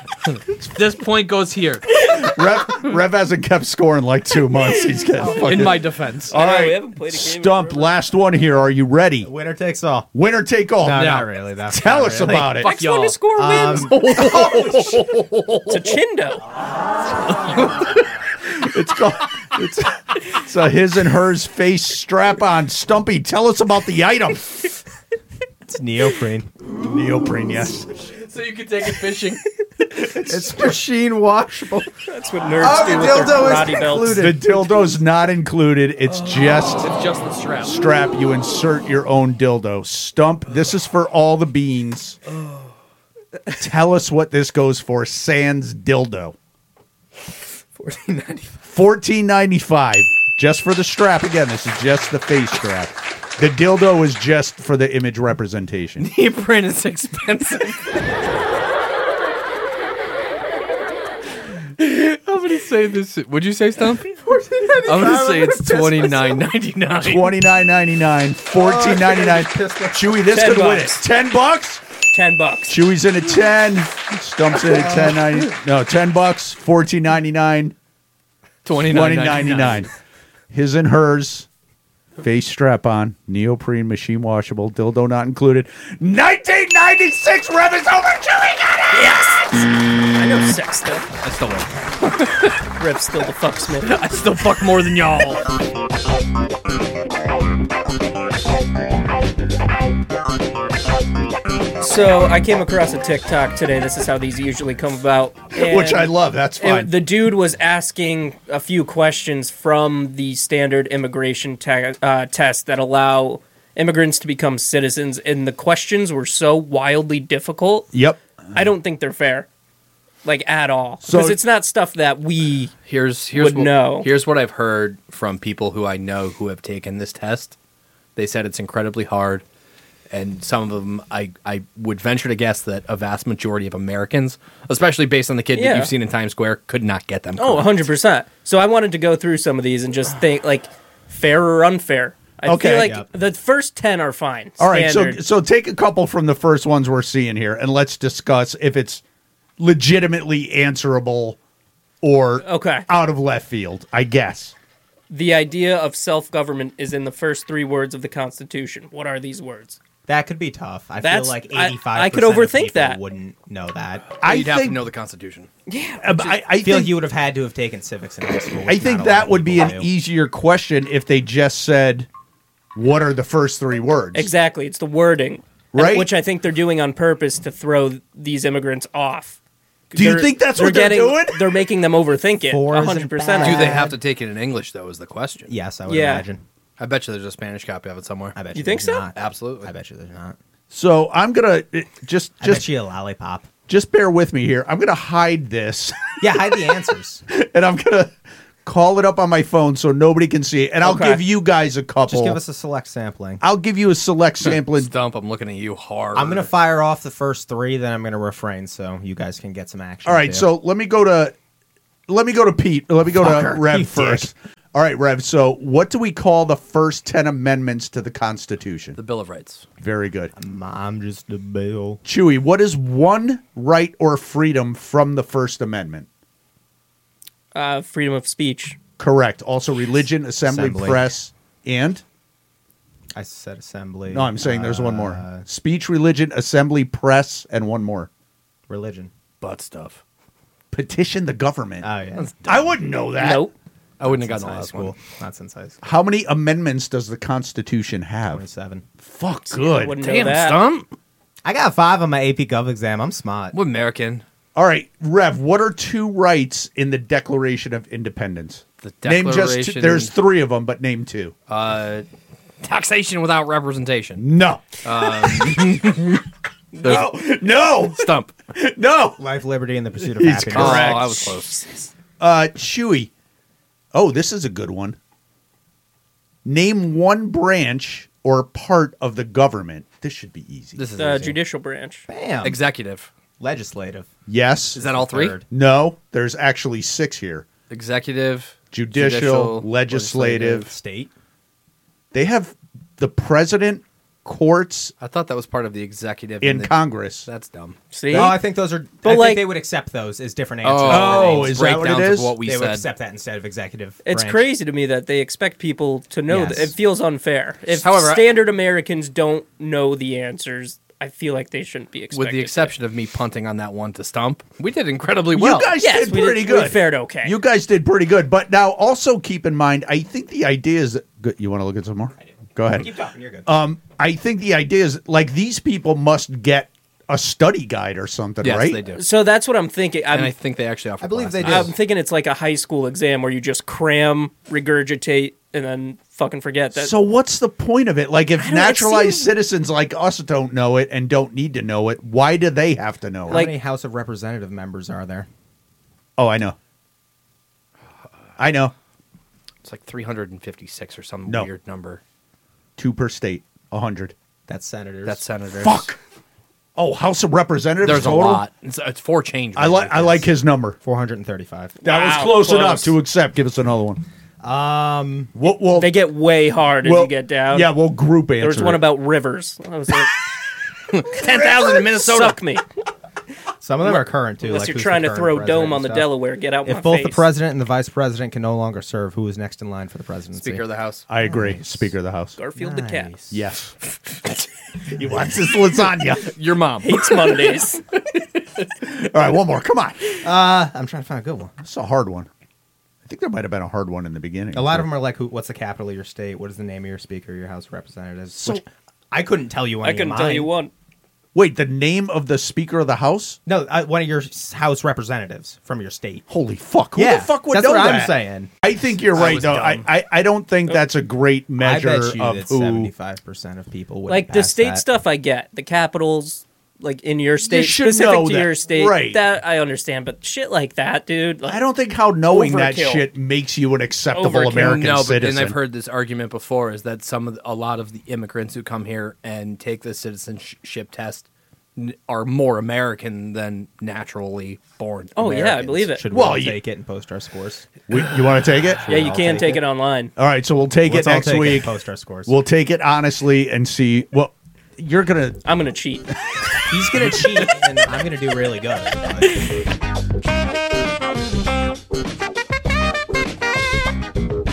Speaker 1: This point goes here
Speaker 2: Rev, Rev hasn't kept score in like two months. He's getting fucking.
Speaker 1: in my defense.
Speaker 2: All
Speaker 3: I know, we
Speaker 2: right,
Speaker 3: haven't played a game in
Speaker 2: Stump.
Speaker 3: forever.
Speaker 2: Last one here. Are you ready?
Speaker 4: Winner takes all.
Speaker 2: Winner take all.
Speaker 4: No,
Speaker 1: No.
Speaker 4: not really. That's
Speaker 2: Tell
Speaker 4: not
Speaker 2: us
Speaker 4: really.
Speaker 2: about it.
Speaker 1: Fuck
Speaker 3: Next one
Speaker 1: y'all.
Speaker 3: to score wins.
Speaker 4: Um,
Speaker 3: It's a chindo.
Speaker 2: It's called. It's, it's a his and hers face strap on. Stumpy, tell us about the item.
Speaker 4: it's neoprene.
Speaker 2: Neoprene, yes.
Speaker 1: So you can take it fishing.
Speaker 4: It's machine washable.
Speaker 3: That's what nerds
Speaker 4: Oh,
Speaker 3: do
Speaker 4: the
Speaker 3: with their
Speaker 4: dildo is
Speaker 3: karate belts.
Speaker 4: included.
Speaker 2: The dildo's not included. It's just
Speaker 1: It's just the strap.
Speaker 2: strap. You insert your own dildo. Stump. This is for all the beans. Tell us what this goes for. Sans dildo.
Speaker 4: Fourteen ninety five.
Speaker 2: Fourteen ninety five. Just for the strap. Again, this is just the face strap. The dildo is just for the image representation.
Speaker 1: Neoprene is expensive. How many say this? Would you say Stump? I'm gonna say it's twenty nine ninety nine.
Speaker 2: Twenty nine ninety nine, fourteen ninety nine. Chewy, this
Speaker 3: 10
Speaker 2: could win it.
Speaker 3: bucks.
Speaker 2: Ten bucks.
Speaker 3: Ten bucks.
Speaker 2: Chewy's in a ten. Stump's in a ten ninety. No, ten bucks. Fourteen ninety nine.
Speaker 1: Twenty
Speaker 2: Twenty
Speaker 1: nine
Speaker 2: ninety nine. His and hers. Face strap on, neoprene, machine washable, dildo not included. 1996 Rev is over. Chewy got it.
Speaker 3: I know sex though.
Speaker 1: I still win.
Speaker 3: Rip still the fuck Smith.
Speaker 1: I still fuck more than y'all.
Speaker 3: So I came across a TikTok today. This is how these usually come about. And
Speaker 2: Which I love. That's
Speaker 3: it-
Speaker 2: fine.
Speaker 3: the dude was asking a few questions from the standard immigration te- uh, test that allow immigrants to become citizens, and the questions were so wildly difficult.
Speaker 2: yep.
Speaker 3: I don't think they're fair, like at all, because
Speaker 2: So-
Speaker 3: it's not stuff that we.
Speaker 1: here's here's
Speaker 3: would
Speaker 1: what,
Speaker 3: know.
Speaker 1: here's what I've heard from people who I know who have taken this test. They said it's incredibly hard, and some of them I I would venture to guess that a vast majority of Americans, especially based on the kid
Speaker 3: Yeah.
Speaker 1: that you've seen in Times Square, could not get them.
Speaker 3: Oh,
Speaker 1: correct.
Speaker 3: 100%. So I wanted to go through some of these and just think, like, fair or unfair. I
Speaker 2: Okay.
Speaker 3: feel like
Speaker 4: Yep.
Speaker 3: the first 10 are fine.
Speaker 2: All right,
Speaker 3: Standard.
Speaker 2: so so take a couple from the first ones we're seeing here, and let's discuss if it's legitimately answerable or
Speaker 3: Okay.
Speaker 2: out of left field, I guess.
Speaker 3: The idea of self government is in the first three words of the Constitution. What are these words?
Speaker 4: That could be tough. I
Speaker 3: That's-
Speaker 4: feel like
Speaker 3: I-
Speaker 4: eighty-five.
Speaker 3: I could overthink that.
Speaker 4: Wouldn't know that.
Speaker 2: I
Speaker 1: you'd have to
Speaker 2: think
Speaker 1: know the Constitution.
Speaker 2: I, I,
Speaker 4: I feel
Speaker 2: think,
Speaker 4: you would have had to have taken civics in high school.
Speaker 2: I
Speaker 4: which not
Speaker 2: think
Speaker 4: a lot
Speaker 2: that
Speaker 4: of
Speaker 2: would be
Speaker 4: people
Speaker 2: an e-
Speaker 4: do.
Speaker 2: easier question if they just said, "What are the first three words?"
Speaker 3: Exactly. It's the wording. and-
Speaker 2: Right.
Speaker 3: Which I think they're doing on purpose to throw these immigrants off.
Speaker 2: Do you think that's what they're
Speaker 3: getting-
Speaker 2: doing?
Speaker 3: They're making them overthink it.
Speaker 4: Fours and
Speaker 3: 100%.
Speaker 4: bags.
Speaker 1: Do
Speaker 3: I
Speaker 1: they
Speaker 3: think.
Speaker 1: have to take it in English though? Is the question.
Speaker 4: Yes, I would
Speaker 3: Yeah.
Speaker 4: imagine.
Speaker 1: I bet you there's a Spanish copy of it somewhere.
Speaker 4: I bet
Speaker 3: You
Speaker 4: you,
Speaker 3: think
Speaker 4: there's
Speaker 3: so?
Speaker 4: Not.
Speaker 1: Absolutely.
Speaker 4: I bet you there's not.
Speaker 2: So I'm gonna it- just
Speaker 4: I
Speaker 2: just
Speaker 4: bet you a lollipop.
Speaker 2: just bear with me here. I'm gonna hide this,
Speaker 4: Yeah, hide the answers.
Speaker 2: and I'm gonna call it up on my phone so nobody can see it. And I'll
Speaker 3: Okay.
Speaker 2: give you guys a couple.
Speaker 4: Just give us a select sampling.
Speaker 2: I'll give you a select sampling.
Speaker 1: Stump, I'm looking at you hard.
Speaker 4: I'm gonna fire off the first three, then I'm gonna refrain so you guys can get some action.
Speaker 2: All right,
Speaker 4: too.
Speaker 2: so let me go to let me go to Pete. Let me go
Speaker 4: Fucker,
Speaker 2: to
Speaker 4: you
Speaker 2: Rev
Speaker 4: dick.
Speaker 2: first. All right, Rev. So, what do we call the first ten amendments to the Constitution?
Speaker 1: the Bill of Rights.
Speaker 2: Very good,
Speaker 4: I'm just a bill.
Speaker 2: Chewy. What is one right or freedom from the First Amendment?
Speaker 3: Uh, freedom of speech.
Speaker 2: Correct. Also, religion, assembly,
Speaker 4: Assembly.
Speaker 2: press, and
Speaker 4: I said assembly.
Speaker 2: no, I'm saying there's one more:
Speaker 4: uh,
Speaker 2: speech, religion, assembly, press, and one more.
Speaker 4: Religion.
Speaker 1: Butt stuff.
Speaker 2: Petition the government.
Speaker 4: Oh yeah. That's
Speaker 2: I wouldn't know that.
Speaker 3: Nope.
Speaker 1: I wouldn't have
Speaker 4: since
Speaker 1: gotten the
Speaker 4: high
Speaker 1: last
Speaker 4: school.
Speaker 1: one.
Speaker 4: Not since high school.
Speaker 2: How many amendments does the Constitution have?
Speaker 4: Twenty-seven.
Speaker 2: Fuck,
Speaker 3: I
Speaker 2: good.
Speaker 3: wouldn't
Speaker 1: Damn,
Speaker 3: know that.
Speaker 1: Stump.
Speaker 4: I got five on my AP Gov exam. I'm smart.
Speaker 1: What American?
Speaker 2: All right, Rev, what are two rights in the Declaration of Independence?
Speaker 1: The
Speaker 2: Name just two,
Speaker 1: Declaration-
Speaker 2: there's three of them, but name two.
Speaker 1: Uh, taxation without representation.
Speaker 2: no.
Speaker 1: Um, There's-
Speaker 2: no.
Speaker 1: Stump.
Speaker 2: No.
Speaker 4: Life, liberty, and the pursuit of
Speaker 2: He's
Speaker 4: happiness.
Speaker 1: Oh,
Speaker 2: Correct.
Speaker 1: I was close.
Speaker 2: Uh Chewy. Oh, this is a good one. Name one branch or part of the government. This should be easy.
Speaker 1: This is
Speaker 3: The
Speaker 1: easy.
Speaker 3: judicial branch.
Speaker 4: Bam.
Speaker 1: executive.
Speaker 4: Legislative.
Speaker 2: yes.
Speaker 1: Is that all three?
Speaker 4: Third.
Speaker 2: no, there's actually six here.
Speaker 1: Executive,
Speaker 2: Judicial, legislative.
Speaker 4: State.
Speaker 2: They have the president, courts,
Speaker 1: I thought that was part of the executive
Speaker 2: and
Speaker 1: and the-
Speaker 2: Congress.
Speaker 1: That's dumb.
Speaker 3: See?
Speaker 4: Oh, I think those are.
Speaker 3: But
Speaker 4: I
Speaker 3: like-
Speaker 4: think they would accept those as different answers.
Speaker 2: Oh,
Speaker 1: it's
Speaker 2: is that what it
Speaker 1: breakdowns
Speaker 2: is?
Speaker 1: Of what we
Speaker 4: they would
Speaker 1: said.
Speaker 4: accept that instead of executive.
Speaker 3: It's
Speaker 4: branch.
Speaker 3: crazy to me that they expect people to know
Speaker 4: Yes.
Speaker 3: that. It feels unfair. If
Speaker 1: However, I-
Speaker 3: standard Americans don't know the answers, I feel like they shouldn't be expected.
Speaker 1: With the
Speaker 3: to.
Speaker 1: exception of me punting on that one to stump, we did incredibly well.
Speaker 2: you guys
Speaker 3: yes,
Speaker 2: did
Speaker 3: we did-
Speaker 2: pretty
Speaker 3: we
Speaker 2: good.
Speaker 3: fared okay.
Speaker 2: You guys did pretty good. But now also keep in mind, I think the idea is good. You want to look at some more? Go
Speaker 4: Keep
Speaker 2: ahead.
Speaker 4: talking. You're good.
Speaker 2: Um, I think the idea is like these people must get a study guide or something,
Speaker 1: yes,
Speaker 2: right?
Speaker 1: they do.
Speaker 3: So that's what I'm thinking. I'm,
Speaker 1: and I think they actually offer.
Speaker 4: I believe they
Speaker 1: classes.
Speaker 4: do.
Speaker 3: I'm thinking it's like a high school exam where you just cram, regurgitate, and then fucking forget that.
Speaker 2: So what's the point of it? Like if
Speaker 3: don't know, it
Speaker 2: naturalized
Speaker 3: seems-
Speaker 2: citizens like us don't know it and don't need to know it, why do they have to know
Speaker 4: How
Speaker 2: it?
Speaker 3: like-
Speaker 4: many House of Representative members are there?
Speaker 2: Oh, I know. I know.
Speaker 1: It's like 356 or some
Speaker 2: No.
Speaker 1: weird number.
Speaker 2: Two per state, a hundred.
Speaker 4: That's senators.
Speaker 1: That's senators.
Speaker 2: Fuck. Oh, House of Representatives.
Speaker 1: There's a
Speaker 2: total?
Speaker 1: lot. It's, it's four changes.
Speaker 2: I like I like his number.
Speaker 4: 435.
Speaker 2: That was
Speaker 3: Wow,
Speaker 2: close,
Speaker 3: close.
Speaker 2: enough to accept. Give us another one.
Speaker 4: Um,
Speaker 2: We'll, we'll,
Speaker 3: they get way hard as
Speaker 2: we'll-
Speaker 3: you get down.
Speaker 2: Yeah, we'll group answer.
Speaker 3: there was one
Speaker 2: it.
Speaker 3: about rivers. I was like,
Speaker 1: 10,000 in Minnesota.
Speaker 3: suck me.
Speaker 4: some of them are current too.
Speaker 3: Unless
Speaker 4: like
Speaker 3: you're
Speaker 4: who's the
Speaker 3: trying to
Speaker 4: current
Speaker 3: throw
Speaker 4: president
Speaker 3: dome
Speaker 4: and
Speaker 3: on the
Speaker 4: stuff.
Speaker 3: Delaware, get out my
Speaker 4: If both the
Speaker 3: face.
Speaker 4: president and the vice president can no longer serve, who is next in line for the presidency?
Speaker 1: Speaker of the House.
Speaker 2: I agree. Speaker of the House.
Speaker 3: Garfield the cat.
Speaker 4: Nice.
Speaker 2: Yes. he wants his lasagna.
Speaker 1: Your mom.
Speaker 3: It's Mondays.
Speaker 2: All right, one more. Come on.
Speaker 4: Uh, I'm trying to find a good one.
Speaker 2: That's a hard one. I think there might have been a hard one in the beginning.
Speaker 4: A lot of them are like, who, what's the capital of your state? What is the name of your speaker, your House of Representatives?
Speaker 2: So-
Speaker 4: which I couldn't tell you. Any
Speaker 3: I
Speaker 4: of
Speaker 3: couldn't tell
Speaker 4: mine.
Speaker 3: you one.
Speaker 2: Wait, the name of the Speaker of the House?
Speaker 4: No, uh, one of your s- House representatives from your state.
Speaker 2: Holy fuck. Who
Speaker 4: yeah,
Speaker 2: the fuck would
Speaker 4: that's
Speaker 2: know
Speaker 4: what
Speaker 2: that?
Speaker 4: I'm saying.
Speaker 2: I think you're
Speaker 1: I
Speaker 2: right,
Speaker 1: was
Speaker 2: though. I,
Speaker 1: dumb.
Speaker 2: I, I don't
Speaker 3: Oh.
Speaker 2: think that's a great measure
Speaker 4: I bet you
Speaker 2: of
Speaker 4: that
Speaker 2: who.
Speaker 4: 75 percent of people would
Speaker 3: Like the state stuff, I get the capitals, like in your state,
Speaker 2: should
Speaker 3: specific
Speaker 2: know
Speaker 3: to
Speaker 2: that,
Speaker 3: your state.
Speaker 2: right.
Speaker 3: That I understand, but shit like that, dude. Like,
Speaker 2: I don't think how knowing that
Speaker 3: Overkill.
Speaker 2: shit makes you an acceptable
Speaker 3: Overkill.
Speaker 2: American
Speaker 1: no, but
Speaker 2: citizen.
Speaker 1: and I've heard this argument before is that some of the, a lot of the immigrants who come here and take the citizenship test n- are more American than naturally born.
Speaker 3: Oh, yeah, I believe it.
Speaker 4: Should
Speaker 2: Well,
Speaker 4: we all
Speaker 2: you-
Speaker 4: take it and post our scores?
Speaker 2: We- you want to take it?
Speaker 3: Yeah, you
Speaker 4: I'll
Speaker 3: can take
Speaker 4: take it.
Speaker 3: it, online.
Speaker 2: All right, so we'll take
Speaker 4: Let's
Speaker 2: it
Speaker 4: all
Speaker 2: next
Speaker 4: take it and
Speaker 2: week.
Speaker 4: post our scores.
Speaker 2: We'll take it honestly and see. Well, you're gonna.
Speaker 3: I'm gonna cheat.
Speaker 4: He's gonna cheat, and I'm gonna do really good. but-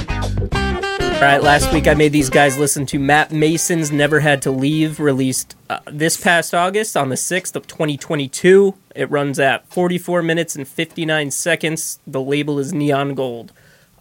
Speaker 3: right, last week I made these guys listen to Matt Mason's Never Had to Leave, released uh, this past August on the 6th of 2022. It runs at 44 minutes and 59 seconds. The label is Neon Gold.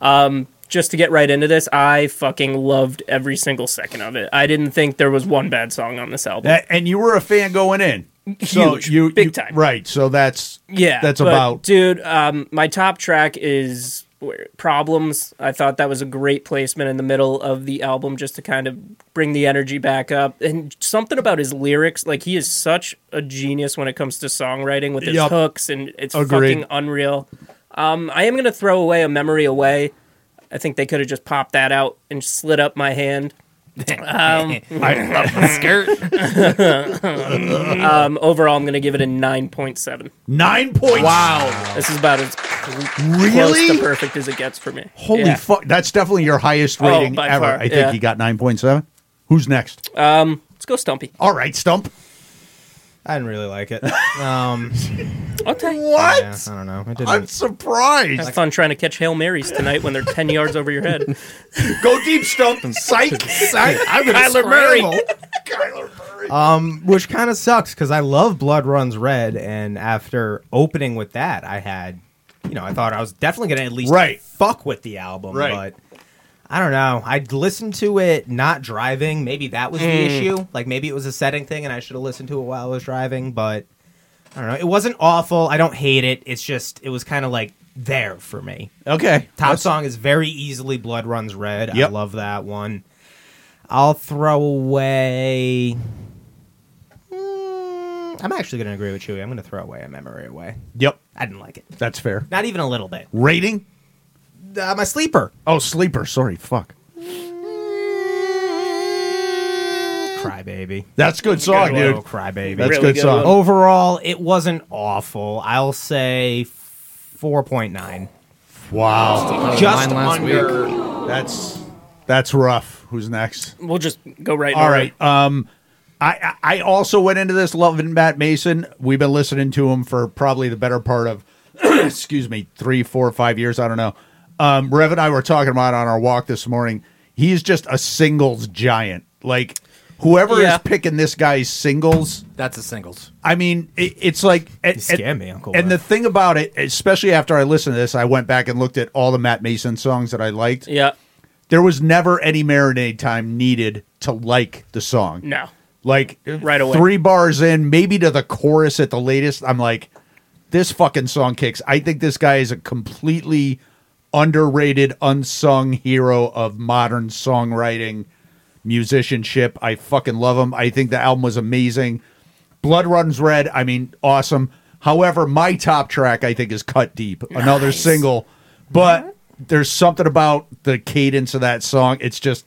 Speaker 3: Um, just to get right into this, I fucking loved every single second of it. I didn't think there was one bad song on this album.
Speaker 2: That- and you were a fan going in. So
Speaker 3: Huge.
Speaker 2: you,
Speaker 3: Big
Speaker 2: you-
Speaker 3: time.
Speaker 2: Right. So that's
Speaker 3: Yeah,
Speaker 2: That's
Speaker 3: but,
Speaker 2: about-
Speaker 3: dude. Um, my top track is where- problems. I thought that was a great placement in the middle of the album, just to kind of bring the energy back up. And something about his lyrics, like he is such a genius when it comes to songwriting with his
Speaker 2: Yup.
Speaker 3: hooks, and it's
Speaker 2: Agreed.
Speaker 3: fucking unreal. Um, I am gonna throw away a memory away. I think they could have just popped that out and slid up my hand.
Speaker 1: Skirt.
Speaker 3: Um, overall, I'm gonna give it a nine point seven.
Speaker 2: nine points.
Speaker 1: Wow.
Speaker 3: This is about as cl- close
Speaker 2: Really?
Speaker 3: to perfect as it gets for me.
Speaker 2: Holy
Speaker 3: Yeah.
Speaker 2: fuck! That's definitely your highest
Speaker 3: Oh,
Speaker 2: rating
Speaker 3: by
Speaker 2: ever.
Speaker 3: far,
Speaker 2: I think
Speaker 3: yeah.
Speaker 2: you got nine point seven. Who's next?
Speaker 3: Let's go, Stumpy.
Speaker 2: All right, Stump.
Speaker 4: I didn't really like it. Um,
Speaker 3: Okay.
Speaker 2: What?
Speaker 4: yeah, I don't know. It didn't.
Speaker 2: I'm surprised.
Speaker 3: Have fun trying to catch Hail Marys tonight when they're 10 yards over your head.
Speaker 2: Go deep, Stump. Psych. Psych. I'm gonna
Speaker 3: Kyler Murray.
Speaker 2: scramble. Kyler Murray.
Speaker 4: um, which kind of sucks because I love Blood Runs Red, and after opening with that, I had, you know, I thought I was definitely gonna at least
Speaker 2: Right.
Speaker 4: fuck with the album,
Speaker 2: Right.
Speaker 4: but I don't know. I listened to it not driving. Maybe that was
Speaker 2: Hmm.
Speaker 4: the issue. Like maybe it was a setting thing, and I should have listened to it while I was driving. But I don't know. It wasn't awful. I don't hate it. It's just it was kind of like there for me.
Speaker 2: okay.
Speaker 4: Top
Speaker 2: That's-
Speaker 4: song is very easily Blood Runs Red.
Speaker 2: Yep.
Speaker 4: I love that one. I'll throw away. Mm, I'm actually going to agree with Chewy. I'm going to throw away a memory away.
Speaker 2: Yep.
Speaker 4: I didn't like it.
Speaker 2: That's fair.
Speaker 4: Not even a little bit.
Speaker 2: Rating?
Speaker 4: Uh, my sleeper.
Speaker 2: Oh, sleeper. Sorry. Fuck.
Speaker 4: Crybaby.
Speaker 2: That's a good song,
Speaker 3: one.
Speaker 2: dude.
Speaker 4: Oh, crybaby.
Speaker 2: That's a
Speaker 3: Really
Speaker 2: good
Speaker 3: good
Speaker 2: song. Oh,
Speaker 3: one.
Speaker 4: Overall, it wasn't awful. I'll say 4.9.
Speaker 2: Wow.
Speaker 4: Just
Speaker 1: Oh, mine last
Speaker 4: under.
Speaker 2: That's that's rough. Who's next?
Speaker 3: We'll just go right in
Speaker 2: All
Speaker 3: order.
Speaker 2: right. Um I I I also went into this loving Matt Mason. We've been listening to him for probably the better part of excuse me, three, four, five years. I don't know. Um Rev and I were talking about it on our walk this morning. He's just a singles giant. Like whoever
Speaker 3: Yeah.
Speaker 2: is picking this guy's singles
Speaker 1: That's the singles.
Speaker 2: I mean, it, it's like it,
Speaker 4: scare me, Uncle
Speaker 2: And the
Speaker 4: Rick.
Speaker 2: thing about it, especially after I listened to this, I went back and looked at all the Matt Mason songs that I liked.
Speaker 3: Yeah.
Speaker 2: There was never any marinade time needed to like the song.
Speaker 3: No.
Speaker 2: Like
Speaker 3: Right away.
Speaker 2: three bars in, maybe to the chorus at the latest. I'm like, this fucking song kicks. I think this guy is a completely underrated, unsung hero of modern songwriting, musicianship. I fucking love him. I think the album was amazing. Blood Runs Red, I mean, awesome. However, my top track I think is Cut Deep, another single. But there's something about the cadence of that song. It's just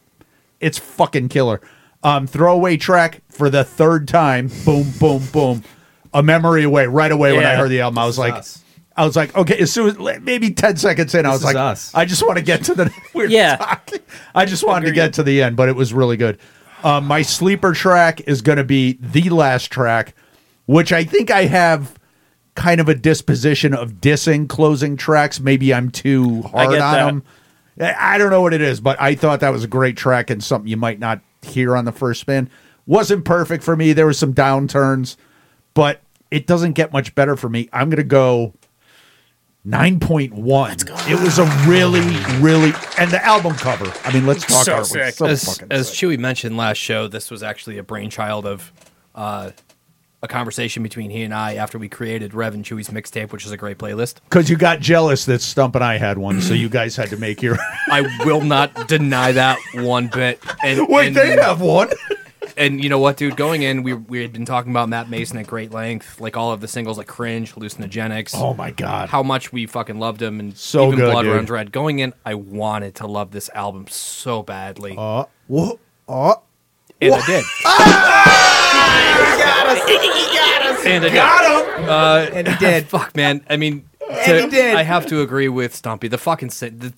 Speaker 2: it's fucking killer. Um, throwaway track for the third time. Boom, boom, boom. A memory away right away when I
Speaker 3: Yeah.
Speaker 2: heard the album. I was
Speaker 4: is
Speaker 2: like,
Speaker 4: us.
Speaker 2: I was like, okay, as soon as maybe ten seconds in, I was
Speaker 4: is
Speaker 2: like,
Speaker 4: us.
Speaker 2: I just want to get to the. We're
Speaker 3: Yeah.
Speaker 2: talking. I just wanted to get to the end, but it was really good. Um, my sleeper track is going to be the last track, which I think I have kind of a disposition of dissing closing tracks. Maybe I'm too hard
Speaker 3: get
Speaker 2: on
Speaker 3: that.
Speaker 2: them. I I don't know what it is, but I thought that was a great track and something you might not hear on the first spin. Wasn't perfect for me. There were some downturns, but it doesn't get much better for me. I'm gonna go nine point one. It was a really, really and the album cover. I mean, let's talk
Speaker 3: So
Speaker 2: art was
Speaker 3: sick.
Speaker 2: so
Speaker 1: as,
Speaker 2: Oh, fucking
Speaker 1: as
Speaker 2: sick.
Speaker 1: Chewy mentioned last show, this was actually a brainchild of uh, a conversation between he and I after we created Rev and Chewy's mixtape, which is a great playlist.
Speaker 2: Because you got jealous that Stump and I had one, so you guys had to make your.
Speaker 1: I will not deny that one bit. And,
Speaker 2: Wait,
Speaker 1: and,
Speaker 2: they have one.
Speaker 1: and you know what, dude? Going in, we we had been talking about Matt Mason at great length, like all of the singles, like Cringe, Hallucinogenics.
Speaker 2: Oh my god!
Speaker 1: How much we fucking loved him, and
Speaker 2: So
Speaker 1: even
Speaker 2: good,
Speaker 1: Blood
Speaker 2: dude.
Speaker 1: Runs Red. Going in, I wanted to love this album so badly,
Speaker 2: Uh, Whoa. Oh.
Speaker 1: and I did. And I did.
Speaker 2: Got him.
Speaker 4: And he did.
Speaker 1: Fuck, man. I mean,
Speaker 4: And
Speaker 1: to-
Speaker 4: he did.
Speaker 1: I have to agree with Stompy. The fucking si- the,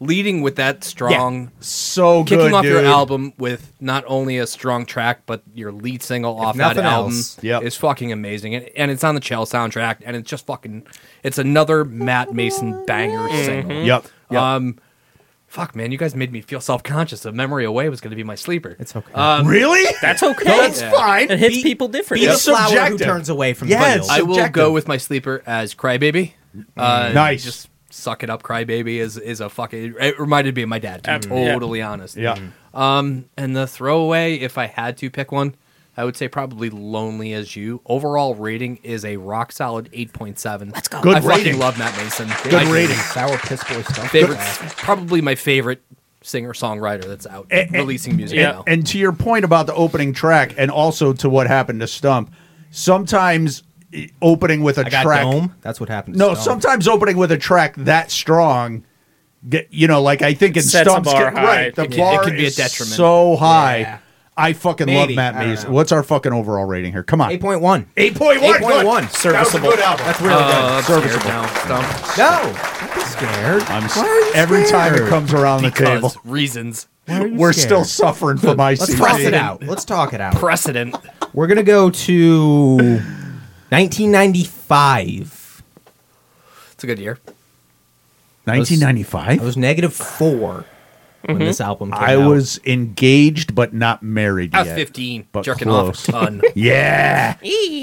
Speaker 1: leading with that strong,
Speaker 2: So good.
Speaker 1: kicking off your
Speaker 2: dude.
Speaker 1: album with not only a strong track but your lead single off that
Speaker 4: nothing
Speaker 1: album
Speaker 4: else.
Speaker 2: Yep.
Speaker 1: is fucking amazing, and, and it's on the Chell soundtrack, and it's just fucking. It's another Matt Mason banger single.
Speaker 2: Uh, Yep. yep.
Speaker 1: Um, Fuck, man, you guys made me feel self conscious. A memory away was going to be my sleeper. Um,
Speaker 4: It's okay.
Speaker 2: Uh, really?
Speaker 3: That's okay.
Speaker 2: That's
Speaker 1: Yeah.
Speaker 2: fine.
Speaker 3: It hits
Speaker 4: Be-
Speaker 3: people
Speaker 4: Be
Speaker 3: differently.
Speaker 4: the
Speaker 2: It's
Speaker 4: flower who
Speaker 2: subjective.
Speaker 4: turns away from
Speaker 2: Yeah,
Speaker 4: the
Speaker 2: it's-
Speaker 4: bush.
Speaker 1: I will
Speaker 2: subjective. Mm.
Speaker 1: go with my sleeper as Crybaby. Uh,
Speaker 2: Nice.
Speaker 1: Just suck it up, Crybaby is is a fucking. It reminded me of my dad. To
Speaker 3: Ab-
Speaker 1: be
Speaker 3: yeah.
Speaker 1: totally honest.
Speaker 2: Yeah.
Speaker 1: Um, and the throwaway, if I had to pick one, I would say probably "Lonely as You." Overall rating is a rock solid eight point seven. Let's
Speaker 3: go.
Speaker 2: Good
Speaker 1: I
Speaker 2: rating.
Speaker 1: fucking love Matt Mason.
Speaker 2: Good
Speaker 1: I-
Speaker 2: rating.
Speaker 4: Sour piss boy stuff.
Speaker 1: Favorite, probably my favorite singer songwriter that's out
Speaker 2: Eh, eh,
Speaker 1: releasing music
Speaker 3: yeah.
Speaker 1: now.
Speaker 2: And to your point about the opening track, and also to what happened to Stump, sometimes eh, opening with a
Speaker 4: I got
Speaker 2: track.
Speaker 4: dome. That's what happened. To
Speaker 2: No,
Speaker 4: Stone.
Speaker 2: sometimes opening with a track that strong, get, you know, like I think in
Speaker 3: Sets the
Speaker 2: Stump's
Speaker 3: bar
Speaker 2: ca- right,
Speaker 3: high.
Speaker 2: the
Speaker 3: It
Speaker 1: can- it
Speaker 2: bar
Speaker 1: can be a
Speaker 2: is
Speaker 1: detriment.
Speaker 2: so high.
Speaker 4: Yeah.
Speaker 2: I fucking
Speaker 4: Maybe.
Speaker 2: love
Speaker 4: I
Speaker 2: Matt
Speaker 4: don't
Speaker 2: Mason.
Speaker 4: know.
Speaker 2: What's our fucking overall rating here? Come on,
Speaker 4: 8.1.
Speaker 2: eight point one.
Speaker 4: 8.1.
Speaker 3: Serviceable.
Speaker 4: That's really
Speaker 1: Uh, I'm
Speaker 4: good.
Speaker 1: scared now. Stump.
Speaker 4: No, don't be scared.
Speaker 2: I'm s-
Speaker 4: Why are you
Speaker 2: every time it
Speaker 4: scared?
Speaker 2: comes around the table,
Speaker 1: Because reasons.
Speaker 2: we're still suffering from ICD.
Speaker 4: Let's cross it out. Let's talk it out.
Speaker 1: Precedent.
Speaker 4: We're gonna go to 1995.
Speaker 1: It's a good year.
Speaker 2: 1995.
Speaker 4: I was negative four
Speaker 1: Mm-hmm.
Speaker 4: when this album came
Speaker 2: I
Speaker 4: out.
Speaker 2: was engaged but not married
Speaker 1: I was
Speaker 2: yet.
Speaker 1: 15,
Speaker 2: but
Speaker 1: jerking
Speaker 2: close.
Speaker 1: off a ton.
Speaker 2: Yeah,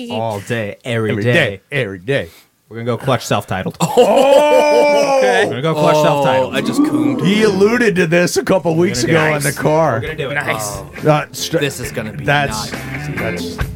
Speaker 4: all day,
Speaker 2: every day, every day.
Speaker 4: We're gonna go clutch self-titled.
Speaker 2: Oh,
Speaker 4: We're gonna go clutch
Speaker 1: oh,
Speaker 4: self-titled.
Speaker 1: I just cooned.
Speaker 2: he alluded to this a couple weeks
Speaker 4: do
Speaker 2: ago
Speaker 4: it.
Speaker 2: in the car.
Speaker 4: We're gonna do it. Oh.
Speaker 3: Nice.
Speaker 2: Uh, str-
Speaker 1: This is gonna be
Speaker 2: that's
Speaker 1: nuts.
Speaker 2: that's.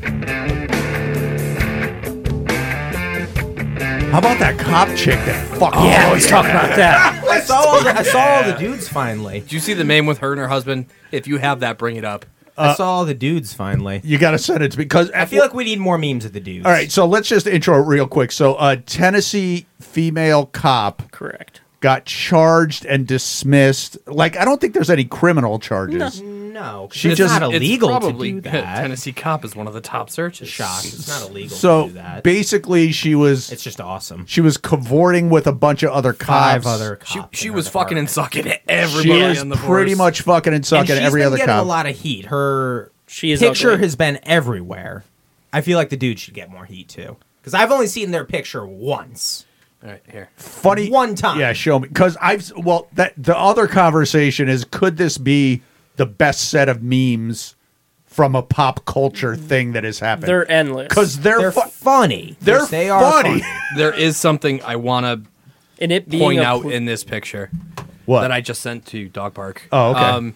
Speaker 2: How about that cop chick that Oh, fuck?
Speaker 4: Oh,
Speaker 3: Yeah, let's talk about that.
Speaker 4: I saw all the, I saw all the dudes finally.
Speaker 1: Did you see the meme with her and her husband? If you have that, bring it up.
Speaker 2: Uh,
Speaker 4: I saw all the dudes finally.
Speaker 2: You got to send it to me because
Speaker 4: I feel like we need more memes of the dudes.
Speaker 2: All right, so let's just intro it real quick. So, a Tennessee female cop
Speaker 3: Correct.
Speaker 2: got charged and dismissed. Like, I don't think there's any criminal charges.
Speaker 4: No, 'cause
Speaker 2: She
Speaker 4: it's
Speaker 2: just-
Speaker 4: not
Speaker 1: It's
Speaker 4: illegal
Speaker 1: probably-
Speaker 4: to do that.
Speaker 1: Tennessee cop is one of the top searches.
Speaker 4: Shock. It's not illegal to
Speaker 2: So
Speaker 4: do that.
Speaker 2: basically, she was
Speaker 4: it's just awesome.
Speaker 2: she was cavorting with a bunch of other cops.
Speaker 4: Five other cops.
Speaker 1: She,
Speaker 4: in
Speaker 1: she
Speaker 4: her
Speaker 1: was fucking and
Speaker 4: department.
Speaker 1: sucking at
Speaker 2: She
Speaker 1: everybody
Speaker 2: was
Speaker 1: on the
Speaker 2: pretty
Speaker 1: force.
Speaker 2: much fucking and
Speaker 4: And
Speaker 2: sucking
Speaker 4: she's
Speaker 2: every
Speaker 4: been
Speaker 2: other
Speaker 4: getting
Speaker 2: cop.
Speaker 4: a lot of heat. Her
Speaker 3: She is
Speaker 4: picture
Speaker 3: ugly.
Speaker 4: has been everywhere. I feel like the dude should get more heat too, because I've only seen their picture once.
Speaker 1: All right, here.
Speaker 2: Funny
Speaker 4: one time.
Speaker 2: Yeah, show me because I've s- well that the other conversation is could this be the best set of memes from a pop culture thing that has happened?
Speaker 3: Mm-hmm. They're endless.
Speaker 2: because they're,
Speaker 4: They're
Speaker 2: fu-
Speaker 4: funny.
Speaker 2: they're
Speaker 4: Yes, they are
Speaker 2: funny.
Speaker 1: There is something I want
Speaker 3: and it
Speaker 1: to
Speaker 3: being
Speaker 1: point
Speaker 3: a
Speaker 1: out
Speaker 3: pl-
Speaker 1: in this picture
Speaker 2: What?
Speaker 1: that I just sent to Dog Park. Um,
Speaker 2: Oh, okay.
Speaker 3: um,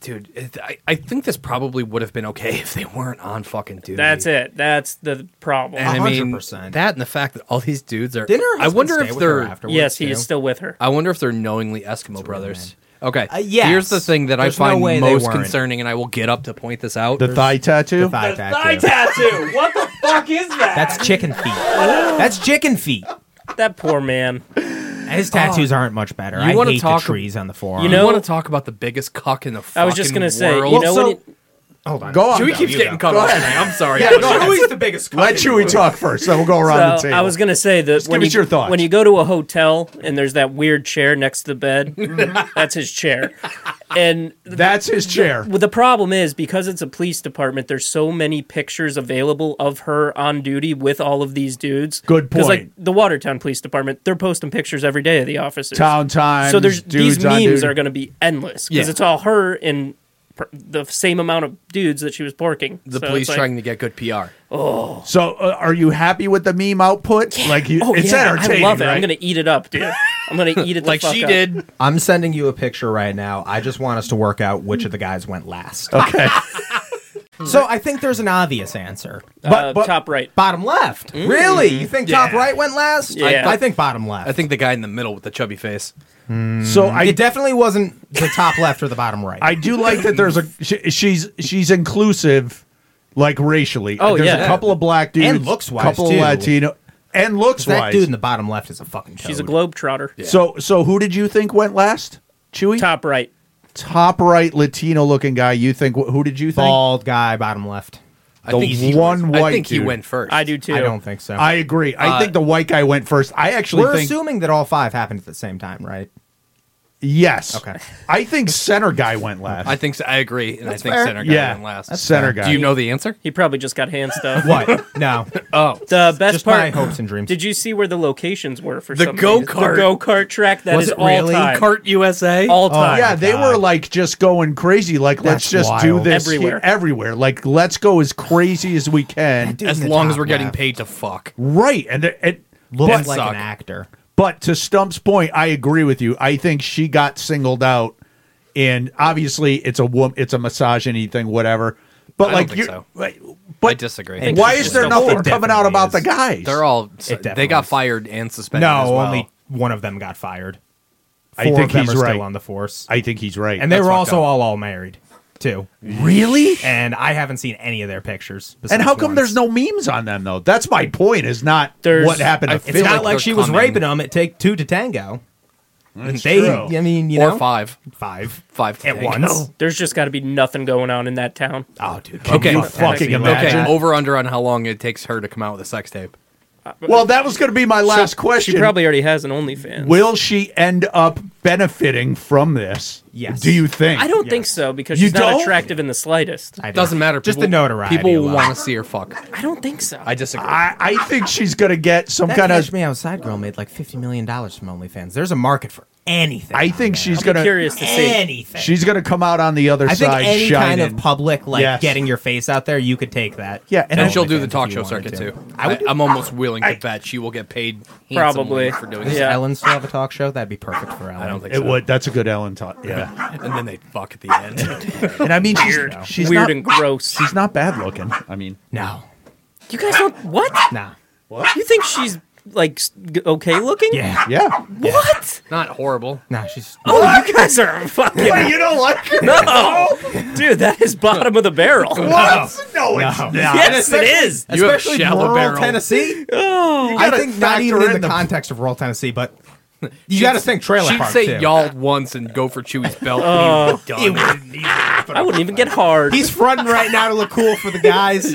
Speaker 1: dude, it, I, I think this probably would have been okay if they weren't on fucking dude.
Speaker 3: That's it. That's the problem.
Speaker 1: And I mean,
Speaker 4: 100%.
Speaker 1: that and the fact that all these dudes are.
Speaker 4: Didn't her
Speaker 1: I
Speaker 4: husband
Speaker 1: wonder
Speaker 4: stay
Speaker 1: if
Speaker 4: with her
Speaker 1: they're.
Speaker 4: afterwards
Speaker 3: yes, he
Speaker 4: too?
Speaker 3: is still with her.
Speaker 1: I wonder if they're knowingly Eskimo brothers. Okay.
Speaker 4: Uh, yes.
Speaker 1: Here's the thing that
Speaker 4: There's
Speaker 1: I find
Speaker 4: no way they
Speaker 1: most
Speaker 4: weren't.
Speaker 1: concerning, and I will get up to point this out.
Speaker 2: the thigh tattoo.
Speaker 4: thigh
Speaker 3: The
Speaker 4: tattoo.
Speaker 3: thigh tattoo. What the fuck is that?
Speaker 4: That's chicken feet. That's chicken feet.
Speaker 3: That poor man.
Speaker 4: His tattoos aren't much better.
Speaker 1: You
Speaker 4: I
Speaker 1: wanna
Speaker 4: hate
Speaker 1: talk-
Speaker 4: the trees on the forearm.
Speaker 3: You
Speaker 1: you
Speaker 3: know-
Speaker 1: want to talk about the biggest cuck in the fucking
Speaker 3: I was just gonna say,
Speaker 1: world?
Speaker 3: you know
Speaker 2: so-
Speaker 3: when it,
Speaker 4: hold on.
Speaker 2: Go on.
Speaker 1: Chewie
Speaker 2: though,
Speaker 1: keeps
Speaker 2: you
Speaker 1: getting
Speaker 2: go.
Speaker 1: cut off. tonight. I'm sorry.
Speaker 2: Yeah,
Speaker 1: I
Speaker 2: no,
Speaker 1: apologize.
Speaker 4: Chewie's the biggest.
Speaker 2: Let Chewy talk first, then we'll go around the
Speaker 3: So,
Speaker 2: table.
Speaker 3: I was gonna say that when
Speaker 2: give
Speaker 3: you,
Speaker 2: us your thoughts.
Speaker 3: when you go to a hotel and there's that weird chair next to the bed, that's his chair. And th-
Speaker 2: That's his chair.
Speaker 3: well, the problem is because it's a police department, there's so many pictures available of her on duty with all of these dudes.
Speaker 2: Good
Speaker 3: 'Cause, like
Speaker 2: point.
Speaker 3: the Watertown Police Department, they're posting pictures every day of the officers.
Speaker 2: Town time.
Speaker 3: so there's
Speaker 2: dudes
Speaker 3: these
Speaker 2: on
Speaker 3: memes
Speaker 2: duty.
Speaker 3: are going to be endless because
Speaker 1: Yeah.
Speaker 3: it's all her and per- the same amount of dudes that she was porking.
Speaker 1: The
Speaker 3: So
Speaker 1: police
Speaker 3: it's like-
Speaker 1: trying to get good PR.
Speaker 2: So uh, are you happy with the meme output? Like you,
Speaker 3: Oh,
Speaker 2: it's
Speaker 3: yeah,
Speaker 2: entertaining.
Speaker 3: I love it.
Speaker 2: Right?
Speaker 3: I'm gonna eat it up, dude. I'm gonna eat it the
Speaker 1: Like
Speaker 3: fuck uh,
Speaker 1: she
Speaker 3: up.
Speaker 1: did.
Speaker 4: I'm sending you a picture right now. I just want us to work out which of the guys went last.
Speaker 2: Okay.
Speaker 4: So I think there's an obvious answer.
Speaker 2: But-
Speaker 3: uh,
Speaker 2: but-
Speaker 3: top right.
Speaker 4: Bottom left. Really? You think top
Speaker 1: Yeah.
Speaker 4: right went last? I-
Speaker 3: Yeah.
Speaker 4: I, think bottom left. Mm.
Speaker 1: I think the guy in the middle with the chubby face.
Speaker 2: So I
Speaker 4: it definitely wasn't the top left or the bottom right.
Speaker 2: I do like that there's a she, she's she's inclusive, like racially.
Speaker 3: Oh,
Speaker 2: there's
Speaker 3: yeah.
Speaker 2: a couple of black dudes,
Speaker 4: And looks-wise,
Speaker 2: couple
Speaker 4: too.
Speaker 2: of Latino, and looks
Speaker 4: that
Speaker 2: wise.
Speaker 4: dude in the bottom left is a fucking. Toad.
Speaker 3: She's a globetrotter.
Speaker 2: So so who did you think went last? Chewy,
Speaker 3: Top right.
Speaker 2: Top right Latino looking guy. You think wh- who did you think?
Speaker 4: bald guy, bottom left.
Speaker 1: I
Speaker 2: The
Speaker 1: think he
Speaker 2: one
Speaker 1: was,
Speaker 2: white
Speaker 1: I think he
Speaker 2: dude.
Speaker 1: went first.
Speaker 3: I do too.
Speaker 4: I don't think so.
Speaker 2: I agree. I
Speaker 1: Uh,
Speaker 2: think the white guy went first. I actually
Speaker 4: We're
Speaker 2: think
Speaker 4: assuming that all five happened at the same time, right?
Speaker 2: Yes.
Speaker 4: Okay.
Speaker 2: I think center guy went last.
Speaker 1: I think so. I agree, and I think
Speaker 4: fair.
Speaker 1: center guy
Speaker 2: yeah.
Speaker 1: went last.
Speaker 2: Center guy.
Speaker 1: Do you know the answer?
Speaker 3: He probably just got hand stuff.
Speaker 4: What? No.
Speaker 1: Oh,
Speaker 3: The best
Speaker 4: Just
Speaker 3: part.
Speaker 4: my hopes and dreams.
Speaker 3: Did you see where the locations were for
Speaker 1: The
Speaker 3: some reason?
Speaker 1: go-kart.
Speaker 3: The go kart track that is
Speaker 1: was it
Speaker 3: all
Speaker 1: really
Speaker 3: time.
Speaker 1: Cart USA?
Speaker 3: all time.
Speaker 2: Oh yeah, they
Speaker 4: God.
Speaker 2: were like just going crazy. Like, let's
Speaker 4: That's
Speaker 2: just do
Speaker 4: wild.
Speaker 2: this
Speaker 3: Everywhere.
Speaker 2: here- everywhere. Like, let's go as crazy as we can.
Speaker 4: Dude,
Speaker 1: as
Speaker 4: in the
Speaker 1: long as
Speaker 4: top
Speaker 1: we're getting
Speaker 4: left.
Speaker 1: paid to fuck.
Speaker 2: Right. And it, it-
Speaker 4: Looks
Speaker 1: That
Speaker 4: like
Speaker 1: sucked.
Speaker 4: an actor.
Speaker 2: but to Stump's point, I agree with you. I think she got singled out, and obviously it's a woman, it's a misogyny thing, whatever. But
Speaker 1: I
Speaker 2: like,
Speaker 1: don't think
Speaker 2: you-
Speaker 1: so.
Speaker 2: like,
Speaker 1: I
Speaker 2: but
Speaker 1: disagree.
Speaker 4: Hey,
Speaker 2: why
Speaker 4: It
Speaker 2: is there
Speaker 4: definitely
Speaker 2: nothing coming out about
Speaker 4: is.
Speaker 2: the guys?
Speaker 1: They're all. They
Speaker 4: definitely
Speaker 1: got
Speaker 4: is.
Speaker 1: fired and suspended.
Speaker 4: No,
Speaker 1: as well.
Speaker 4: only one of them got fired.
Speaker 2: I
Speaker 4: Four
Speaker 2: think
Speaker 4: of them
Speaker 2: he's
Speaker 4: are
Speaker 2: right.
Speaker 4: still on the force.
Speaker 2: I think he's right.
Speaker 4: and they
Speaker 2: That's
Speaker 4: were
Speaker 2: fucked
Speaker 4: also
Speaker 2: up.
Speaker 4: all all married, too.
Speaker 2: really.
Speaker 4: And I haven't seen any of their pictures.
Speaker 2: And how come there's
Speaker 4: besides
Speaker 2: no memes on them though? That's my point. Is not
Speaker 3: There's-
Speaker 2: what happened.
Speaker 1: I
Speaker 2: to
Speaker 1: feel
Speaker 4: It's
Speaker 2: Philly.
Speaker 4: not like,
Speaker 1: like they're
Speaker 4: she was
Speaker 1: coming.
Speaker 4: raping them. It take two to tango.
Speaker 2: That's
Speaker 4: They,
Speaker 2: true.
Speaker 4: I mean, you
Speaker 1: or
Speaker 4: know,
Speaker 1: five,
Speaker 4: five
Speaker 1: five to
Speaker 4: at
Speaker 1: tango.
Speaker 4: once.
Speaker 3: There's just got to be nothing going on in that town.
Speaker 4: Oh, dude.
Speaker 1: Okay,
Speaker 2: you
Speaker 1: okay,
Speaker 2: fucking imagine?
Speaker 1: okay. Over under on how long it takes her to come out with a sex tape.
Speaker 2: Well, that was going to be my last question.
Speaker 3: She probably already has an OnlyFans.
Speaker 2: Will she end up benefiting from this?
Speaker 4: Yes.
Speaker 2: Do you think?
Speaker 3: I don't think so because
Speaker 2: You
Speaker 3: she's not
Speaker 2: don't?
Speaker 3: attractive in the slightest.
Speaker 4: I
Speaker 3: I,
Speaker 1: It doesn't matter.
Speaker 4: Just
Speaker 1: people-
Speaker 4: the notoriety
Speaker 1: People
Speaker 4: alone.
Speaker 1: want to see her fuck.
Speaker 3: don't think so.
Speaker 1: I disagree.
Speaker 2: I, I think she's going to get some
Speaker 4: That
Speaker 2: kind
Speaker 4: Catch
Speaker 2: of.
Speaker 4: Me Outside girl made like fifty million dollars from OnlyFans. There's a market for anything.
Speaker 2: I
Speaker 4: out
Speaker 2: think
Speaker 4: there.
Speaker 2: she's
Speaker 3: I'm
Speaker 2: going to.
Speaker 3: curious to see.
Speaker 4: anything.
Speaker 2: She's going to come out on the other
Speaker 4: I think
Speaker 2: side
Speaker 4: any
Speaker 2: shining.
Speaker 4: kind of public, like
Speaker 2: Yes.
Speaker 4: getting your face out there, you could take that.
Speaker 2: Yeah,
Speaker 1: and
Speaker 2: and I-
Speaker 1: she'll do the
Speaker 4: OnlyFans
Speaker 1: talk
Speaker 4: if
Speaker 1: show
Speaker 4: you wanted
Speaker 1: circuit
Speaker 4: to.
Speaker 1: too. I, I'm almost willing
Speaker 2: I-
Speaker 1: to bet she will get paid handsomely
Speaker 3: Probably.
Speaker 1: for doing
Speaker 4: Does
Speaker 1: this.
Speaker 3: Yeah.
Speaker 4: Ellen still have a talk show? That'd be perfect for Ellen.
Speaker 1: I don't think
Speaker 2: it
Speaker 1: so.
Speaker 2: would. That's a good Ellen talk. Yeah.
Speaker 1: And then they fuck at the end.
Speaker 2: and I mean, she's, she's
Speaker 3: Weird
Speaker 2: not,
Speaker 3: and gross.
Speaker 2: she's not bad looking. I mean,
Speaker 4: No,
Speaker 3: You guys don't what?
Speaker 4: no.
Speaker 3: You think she's like s- g- okay looking?
Speaker 4: Yeah,
Speaker 2: yeah.
Speaker 3: What?
Speaker 1: Not horrible.
Speaker 4: no. She's
Speaker 3: Oh, you guys are fucking.
Speaker 2: you don't like her?
Speaker 3: No, dude, that is bottom of the barrel.
Speaker 2: What? No, it's
Speaker 4: No.
Speaker 2: not.
Speaker 3: Yes, it
Speaker 4: Especially-
Speaker 3: is.
Speaker 1: You have
Speaker 4: especially
Speaker 1: shallow
Speaker 4: rural
Speaker 1: barrel.
Speaker 4: Tennessee.
Speaker 3: Oh,
Speaker 4: I
Speaker 2: gotta
Speaker 4: think not
Speaker 2: factor
Speaker 4: even in
Speaker 2: in
Speaker 4: the,
Speaker 2: the-
Speaker 4: context of rural Tennessee, but you got to think trailer
Speaker 1: She'd
Speaker 4: park
Speaker 1: say
Speaker 4: too.
Speaker 1: y'all once and go for Chewy's belt.
Speaker 3: Uh,
Speaker 1: and he was done.
Speaker 3: I wouldn't even get hard.
Speaker 4: He's fronting right now to look cool for the guys,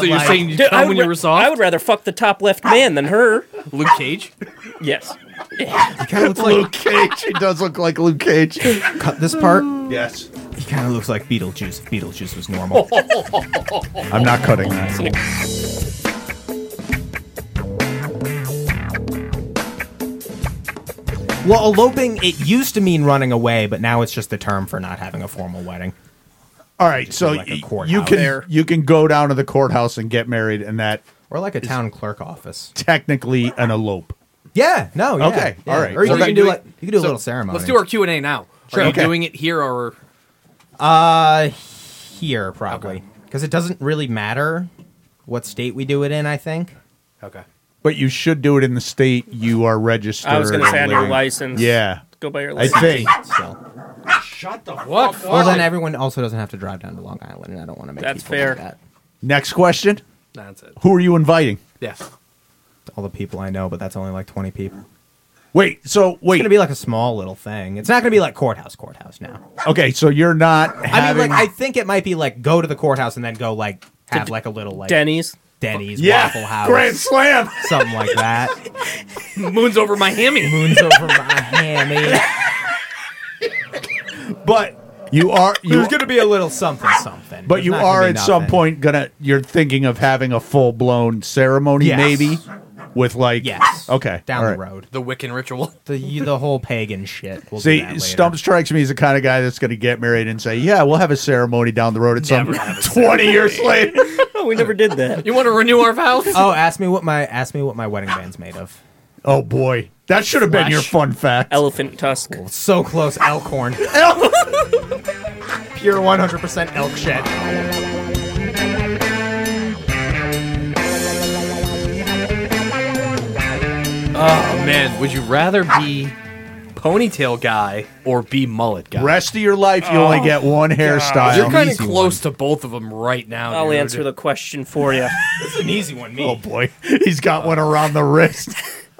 Speaker 1: So you're
Speaker 4: like,
Speaker 1: saying you
Speaker 3: Dude,
Speaker 1: come
Speaker 3: I would
Speaker 1: when you
Speaker 3: ra-
Speaker 1: were soft?
Speaker 3: I would rather fuck the top left man than her.
Speaker 1: Luke Cage.
Speaker 3: Yes.
Speaker 4: he kind of looks
Speaker 2: Luke
Speaker 4: like
Speaker 2: Cage. She does look like Luke Cage.
Speaker 4: cut this part.
Speaker 2: yes.
Speaker 4: He kind of looks like Beetlejuice. If Beetlejuice was normal.
Speaker 2: I'm not cutting that.
Speaker 4: well, eloping it used to mean running away, but now it's just the term for not having a formal wedding.
Speaker 2: All right, so
Speaker 4: do like a
Speaker 2: y-
Speaker 4: courthouse.
Speaker 2: you can
Speaker 4: There.
Speaker 2: you can go down to the courthouse and get married, and that
Speaker 4: Or like a town clerk office.
Speaker 2: technically an elope.
Speaker 4: Yeah, no, yeah,
Speaker 2: Okay,
Speaker 4: yeah.
Speaker 2: all right.
Speaker 4: Or you
Speaker 2: So
Speaker 4: can
Speaker 1: that-
Speaker 4: do like you can do a
Speaker 1: So
Speaker 4: little ceremony.
Speaker 1: Let's do our Q and A now. Are you
Speaker 2: okay.
Speaker 1: doing it here or
Speaker 4: Uh, here probably because it doesn't really matter what state we do it in. I think.
Speaker 1: okay?
Speaker 2: But you should do it in the state you are registered.
Speaker 3: I was gonna say on
Speaker 2: and
Speaker 3: your
Speaker 2: living.
Speaker 3: license.
Speaker 2: Yeah,
Speaker 3: Go by your
Speaker 2: I
Speaker 3: license.
Speaker 2: think.
Speaker 4: Still.
Speaker 1: What?
Speaker 4: Well, then
Speaker 1: fuck?
Speaker 4: everyone also doesn't have to drive down to Long Island, and I don't want to make
Speaker 3: That's
Speaker 4: people
Speaker 3: fair.
Speaker 4: like that.
Speaker 2: Next question:
Speaker 1: That's it.
Speaker 2: Who are you inviting?
Speaker 1: Yeah.
Speaker 4: All the people I know, but that's only like twenty people.
Speaker 2: Wait, so
Speaker 4: It's
Speaker 2: wait,
Speaker 4: gonna be like a small little thing. It's not gonna be like courthouse, courthouse now.
Speaker 2: okay, so you're not
Speaker 4: I mean,
Speaker 2: having.
Speaker 4: like I think it might be like go to the courthouse and then go like have like a little like
Speaker 3: Denny's.
Speaker 4: Denny's
Speaker 2: yeah,
Speaker 4: Waffle House,
Speaker 2: Grand Slam.
Speaker 4: something like that.
Speaker 1: Moon's over my hammy.
Speaker 4: Moons over Miami.
Speaker 2: But you are you.
Speaker 4: There's gonna be a little something, something.
Speaker 2: but
Speaker 4: There's
Speaker 2: you
Speaker 4: not gonna
Speaker 2: are
Speaker 4: be
Speaker 2: at some
Speaker 4: nothing.
Speaker 2: point gonna. You're thinking of having a full blown ceremony,
Speaker 4: Yes.
Speaker 2: maybe, with like.
Speaker 4: Yes.
Speaker 2: Okay.
Speaker 4: Down
Speaker 2: all
Speaker 4: the
Speaker 2: right.
Speaker 4: road.
Speaker 1: The Wiccan ritual.
Speaker 4: The you- the whole pagan shit. We'll do that
Speaker 2: See,
Speaker 4: later.
Speaker 2: Stump strikes me as the kind of guy that's going to get married and say, "Yeah, we'll have a ceremony down the road at some
Speaker 1: Never have a
Speaker 2: twenty years later."
Speaker 3: Oh, we never did that.
Speaker 1: You want to renew our vows?
Speaker 4: Oh, ask me what my ask me what my wedding band's made of.
Speaker 2: Oh boy, that should have been your fun fact.
Speaker 3: Elephant tusk.
Speaker 4: So close, elk horn.
Speaker 2: Elf.
Speaker 4: Pure 100% elk shit.
Speaker 1: Oh man, would you rather be ponytail guy or be mullet guy?
Speaker 2: Rest of your life, you
Speaker 4: Oh,
Speaker 2: only get one hairstyle.
Speaker 1: You're kind of
Speaker 4: easy
Speaker 1: close to both of them right now.
Speaker 3: I'll
Speaker 1: dude.
Speaker 3: answer the question for you.
Speaker 4: This is an easy one, me.
Speaker 2: oh boy, he's got one around the wrist,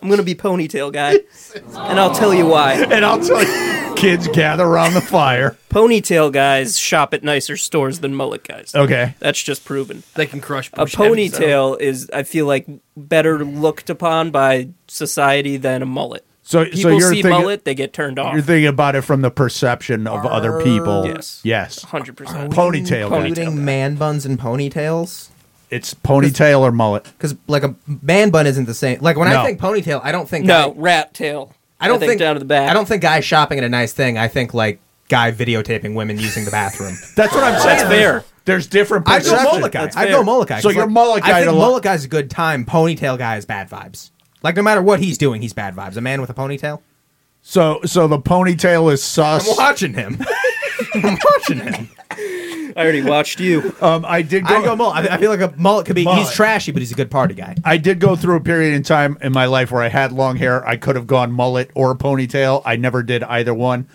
Speaker 3: I'm gonna be ponytail guy, and I'll tell you why.
Speaker 2: and I'll tell you, kids gather around the fire.
Speaker 3: Ponytail guys shop at nicer stores than mullet guys.
Speaker 2: Okay,
Speaker 3: That's just proven.
Speaker 1: They can crush
Speaker 3: A
Speaker 1: push heavy, so-
Speaker 3: ponytail is, I feel like, better looked upon by society than a mullet.
Speaker 2: So, so
Speaker 3: People
Speaker 2: you're
Speaker 3: see
Speaker 2: thinking,
Speaker 3: mullet, they get turned off.
Speaker 2: you're thinking about it from the perception of other people.
Speaker 3: Yes.
Speaker 2: Yes.
Speaker 3: 100%.
Speaker 2: Ponytail. guy.
Speaker 3: Ponytail guy.
Speaker 4: Including man buns and ponytails.
Speaker 2: It's ponytail or mullet.
Speaker 4: Because like a man bun isn't the same. Like when
Speaker 2: No.
Speaker 4: I think ponytail, I don't think
Speaker 3: No,
Speaker 4: guy-
Speaker 3: rat tail.
Speaker 4: I don't think
Speaker 3: down to the back.
Speaker 4: I don't think guy shopping at a nice thing. I think like guy videotaping women using the bathroom.
Speaker 2: That's what I'm saying.
Speaker 3: fair.
Speaker 2: There's different
Speaker 4: I go
Speaker 2: perceptions.
Speaker 4: mullet guy.
Speaker 3: That's
Speaker 4: I
Speaker 3: fair.
Speaker 4: go mullet guy.
Speaker 2: So
Speaker 4: 'cause,
Speaker 2: you're
Speaker 4: like,
Speaker 2: mullet guy
Speaker 4: I think
Speaker 2: to lo-
Speaker 4: mullet guy's a good time. Ponytail guy is bad vibes. Like no matter what he's doing, he's bad vibes. A man with a ponytail.
Speaker 2: So, so the ponytail is sus.
Speaker 4: I'm watching him. I'm watching him.
Speaker 3: I already watched you.
Speaker 2: Um, I did go.
Speaker 4: I go mullet. I I feel like a mullet could be.
Speaker 2: Mullet.
Speaker 4: He's trashy, but he's a good party guy.
Speaker 2: I did go through a period in time in my life where I had long hair. I could have gone mullet or ponytail. I never did either one.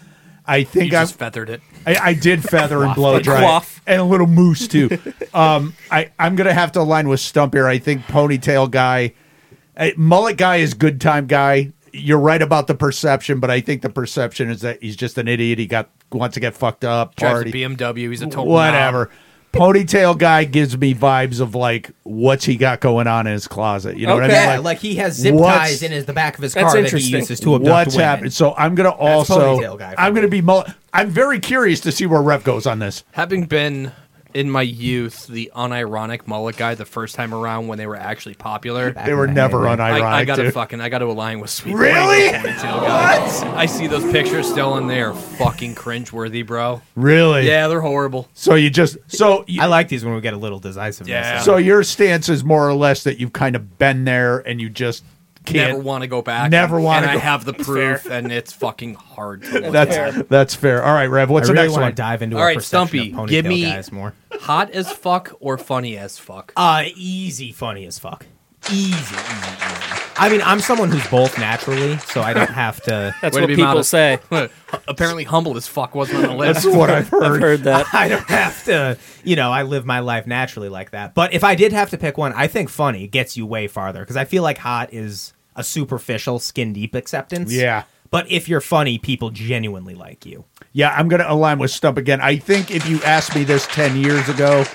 Speaker 2: I
Speaker 1: You
Speaker 2: think I,
Speaker 1: just feathered it.
Speaker 2: I I did feather and blow dry
Speaker 3: Quaff.
Speaker 2: and a little moose too. um, I I'm gonna have to align with Stump here. I think ponytail guy, uh, mullet guy is good time guy. You're right about the perception, but I think the perception is that he's just an idiot. He got wants to get fucked up,
Speaker 1: Drives a
Speaker 2: party,
Speaker 1: BMW. He's a total
Speaker 2: whatever. Ponytail guy gives me vibes of like what's he got going on in his closet. You know what
Speaker 3: Okay.
Speaker 2: I
Speaker 4: Yeah,
Speaker 2: mean?
Speaker 4: like he has zip
Speaker 2: what's-
Speaker 4: ties in his the back of his
Speaker 3: That's
Speaker 4: car that he
Speaker 3: interesting.
Speaker 4: uses to abduct
Speaker 2: what's
Speaker 4: women.
Speaker 2: happened? So I'm gonna also
Speaker 4: ponytail guy for
Speaker 2: I'm
Speaker 4: me.
Speaker 2: gonna be mullet. I'm very curious to see where Rev goes on this.
Speaker 1: Having been in my youth the unironic mullet guy the first time around when they were actually popular,
Speaker 2: They were never unironic.
Speaker 1: I, I gotta
Speaker 2: dude.
Speaker 1: fucking I gotta align with Sweet
Speaker 2: Really?
Speaker 1: Potato Ponytail guy. I see those pictures still and they are fucking cringeworthy, bro.
Speaker 2: Really?
Speaker 1: Yeah, they're horrible.
Speaker 2: So you just so you,
Speaker 4: I like these when we get a little decisive.
Speaker 1: Yeah.
Speaker 2: so your stance is more or less that you've kind of been there and you just can't.
Speaker 1: Never want to go back.
Speaker 2: Never
Speaker 1: And
Speaker 2: wanna
Speaker 1: I
Speaker 2: go-
Speaker 1: have the proof, and it's fucking hard to look
Speaker 2: that's
Speaker 1: at.
Speaker 2: that's fair. All right, Rev. What's
Speaker 4: I
Speaker 2: the
Speaker 4: really
Speaker 2: next
Speaker 4: want
Speaker 2: one?
Speaker 4: to dive into
Speaker 1: All
Speaker 4: a
Speaker 1: right,
Speaker 4: perception of
Speaker 1: Stumpy, give
Speaker 4: ponytail
Speaker 1: me-
Speaker 4: guys more.
Speaker 1: Hot as fuck or funny as fuck.
Speaker 4: Uh, easy, funny as fuck. Easy, easy, easy. I mean, I'm someone who's both naturally, so I don't have to.
Speaker 3: That's
Speaker 1: Way to
Speaker 3: what
Speaker 1: be
Speaker 3: people
Speaker 1: modest.
Speaker 3: say.
Speaker 1: Apparently, humble as fuck wasn't on the list.
Speaker 2: That's what I've
Speaker 3: I've
Speaker 2: heard.
Speaker 3: heard that.
Speaker 4: I don't have to. You know, I live my life naturally like that. But if I did have to pick one, I think funny gets you way farther because I feel like hot is a superficial, skin deep acceptance.
Speaker 2: Yeah.
Speaker 4: But if you're funny, people genuinely like you.
Speaker 2: Yeah, I'm gonna align with Stump again. I think if you asked me this ten years ago,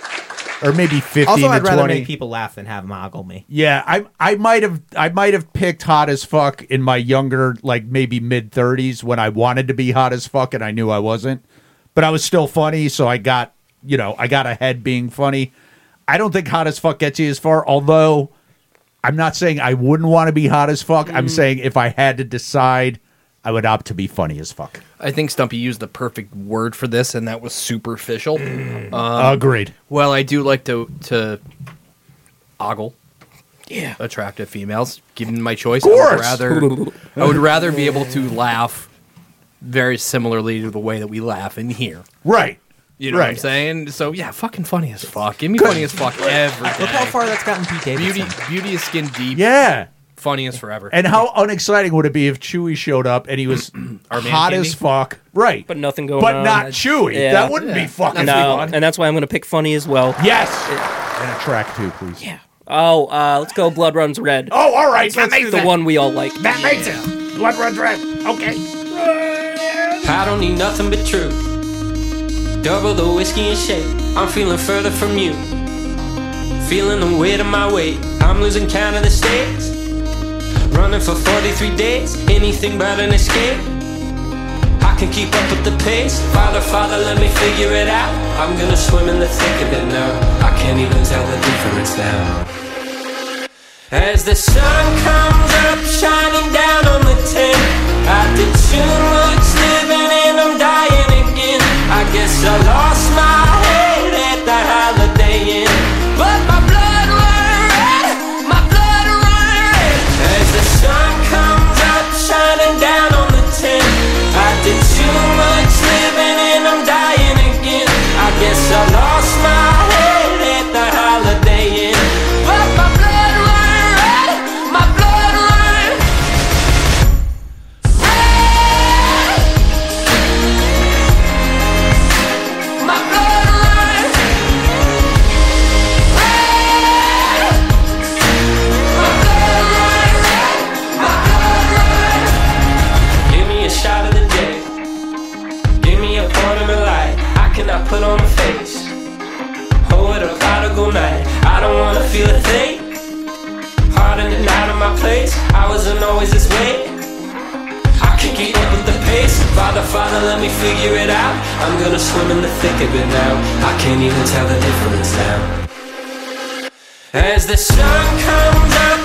Speaker 2: or maybe fifteen
Speaker 4: Also,
Speaker 2: to
Speaker 4: I'd rather
Speaker 2: twenty.
Speaker 4: make people laugh than have them ogle me.
Speaker 2: yeah, I I might have I might have picked hot as fuck in my younger, like maybe mid thirties when I wanted to be hot as fuck and I knew I wasn't. But I was still funny, so I got you know, I got ahead being funny. I don't think hot as fuck gets you as far, although I'm not saying I wouldn't want to be hot as fuck. I'm saying if I had to decide, I would opt to be funny as fuck.
Speaker 1: I think Stumpy used the perfect word for this, and that was superficial.
Speaker 2: Agreed.
Speaker 1: well, I do like to to ogle
Speaker 3: Yeah.
Speaker 1: attractive females, given my choice.
Speaker 2: course.
Speaker 1: I would rather I would rather be able to laugh very similarly to the way that we laugh in here.
Speaker 2: Right.
Speaker 1: You know what I'm
Speaker 2: Right.
Speaker 1: saying? So yeah, fucking funny as fuck. Give me funny as fuck every day.
Speaker 4: Look how far that's gotten Pete
Speaker 1: beauty
Speaker 4: Davidson.
Speaker 1: beauty is skin deep.
Speaker 2: Yeah.
Speaker 1: Funny as forever.
Speaker 2: And how unexciting would it be if Chewy showed up and he was hot
Speaker 1: candy?
Speaker 2: as fuck? Right.
Speaker 3: But nothing going
Speaker 2: But
Speaker 3: on.
Speaker 2: not Chewy.
Speaker 3: Yeah.
Speaker 2: That wouldn't be fucking
Speaker 3: No,
Speaker 2: fun.
Speaker 3: and that's why I'm going to pick funny as well.
Speaker 2: yes. And a track too, please.
Speaker 3: Yeah. Oh, uh, let's go. Blood runs red.
Speaker 2: Oh, all right.
Speaker 3: That's
Speaker 2: Let's do
Speaker 3: the
Speaker 2: that.
Speaker 3: one we all like.
Speaker 2: That makes it. Blood runs red. Okay.
Speaker 5: I don't need nothing but truth. Double the whiskey and shake. I'm feeling further from you. Feeling the weight of my weight. I'm losing count of the states. Running for 43 days. Anything but an escape. I can keep up with the pace. Father, father, let me figure it out. I'm gonna swim in the thick of it now. I can't even tell the difference now. As the sun comes up, shining down on the tent. After too much living and I'm dying again. I guess I lost my head at the Holiday Inn. But my blood running red, my blood running red. As the sun comes up, shining down on the tent. After too much living and I'm dying again. I guess I lost my head at the Holiday Inn. But my blood running red, my blood running red. My blood running red. My blood running red, my blood running. Give me a shot of the day. Give me a point of the light. I cannot put on a face. Hold it up, out go night. I don't wanna feel a thing. Hard in and out of my place. I wasn't always this way. keep up with the pace. Father, father, let me figure it out. I'm gonna swim in the thick of it now. I can't even tell the difference now. As the sun comes up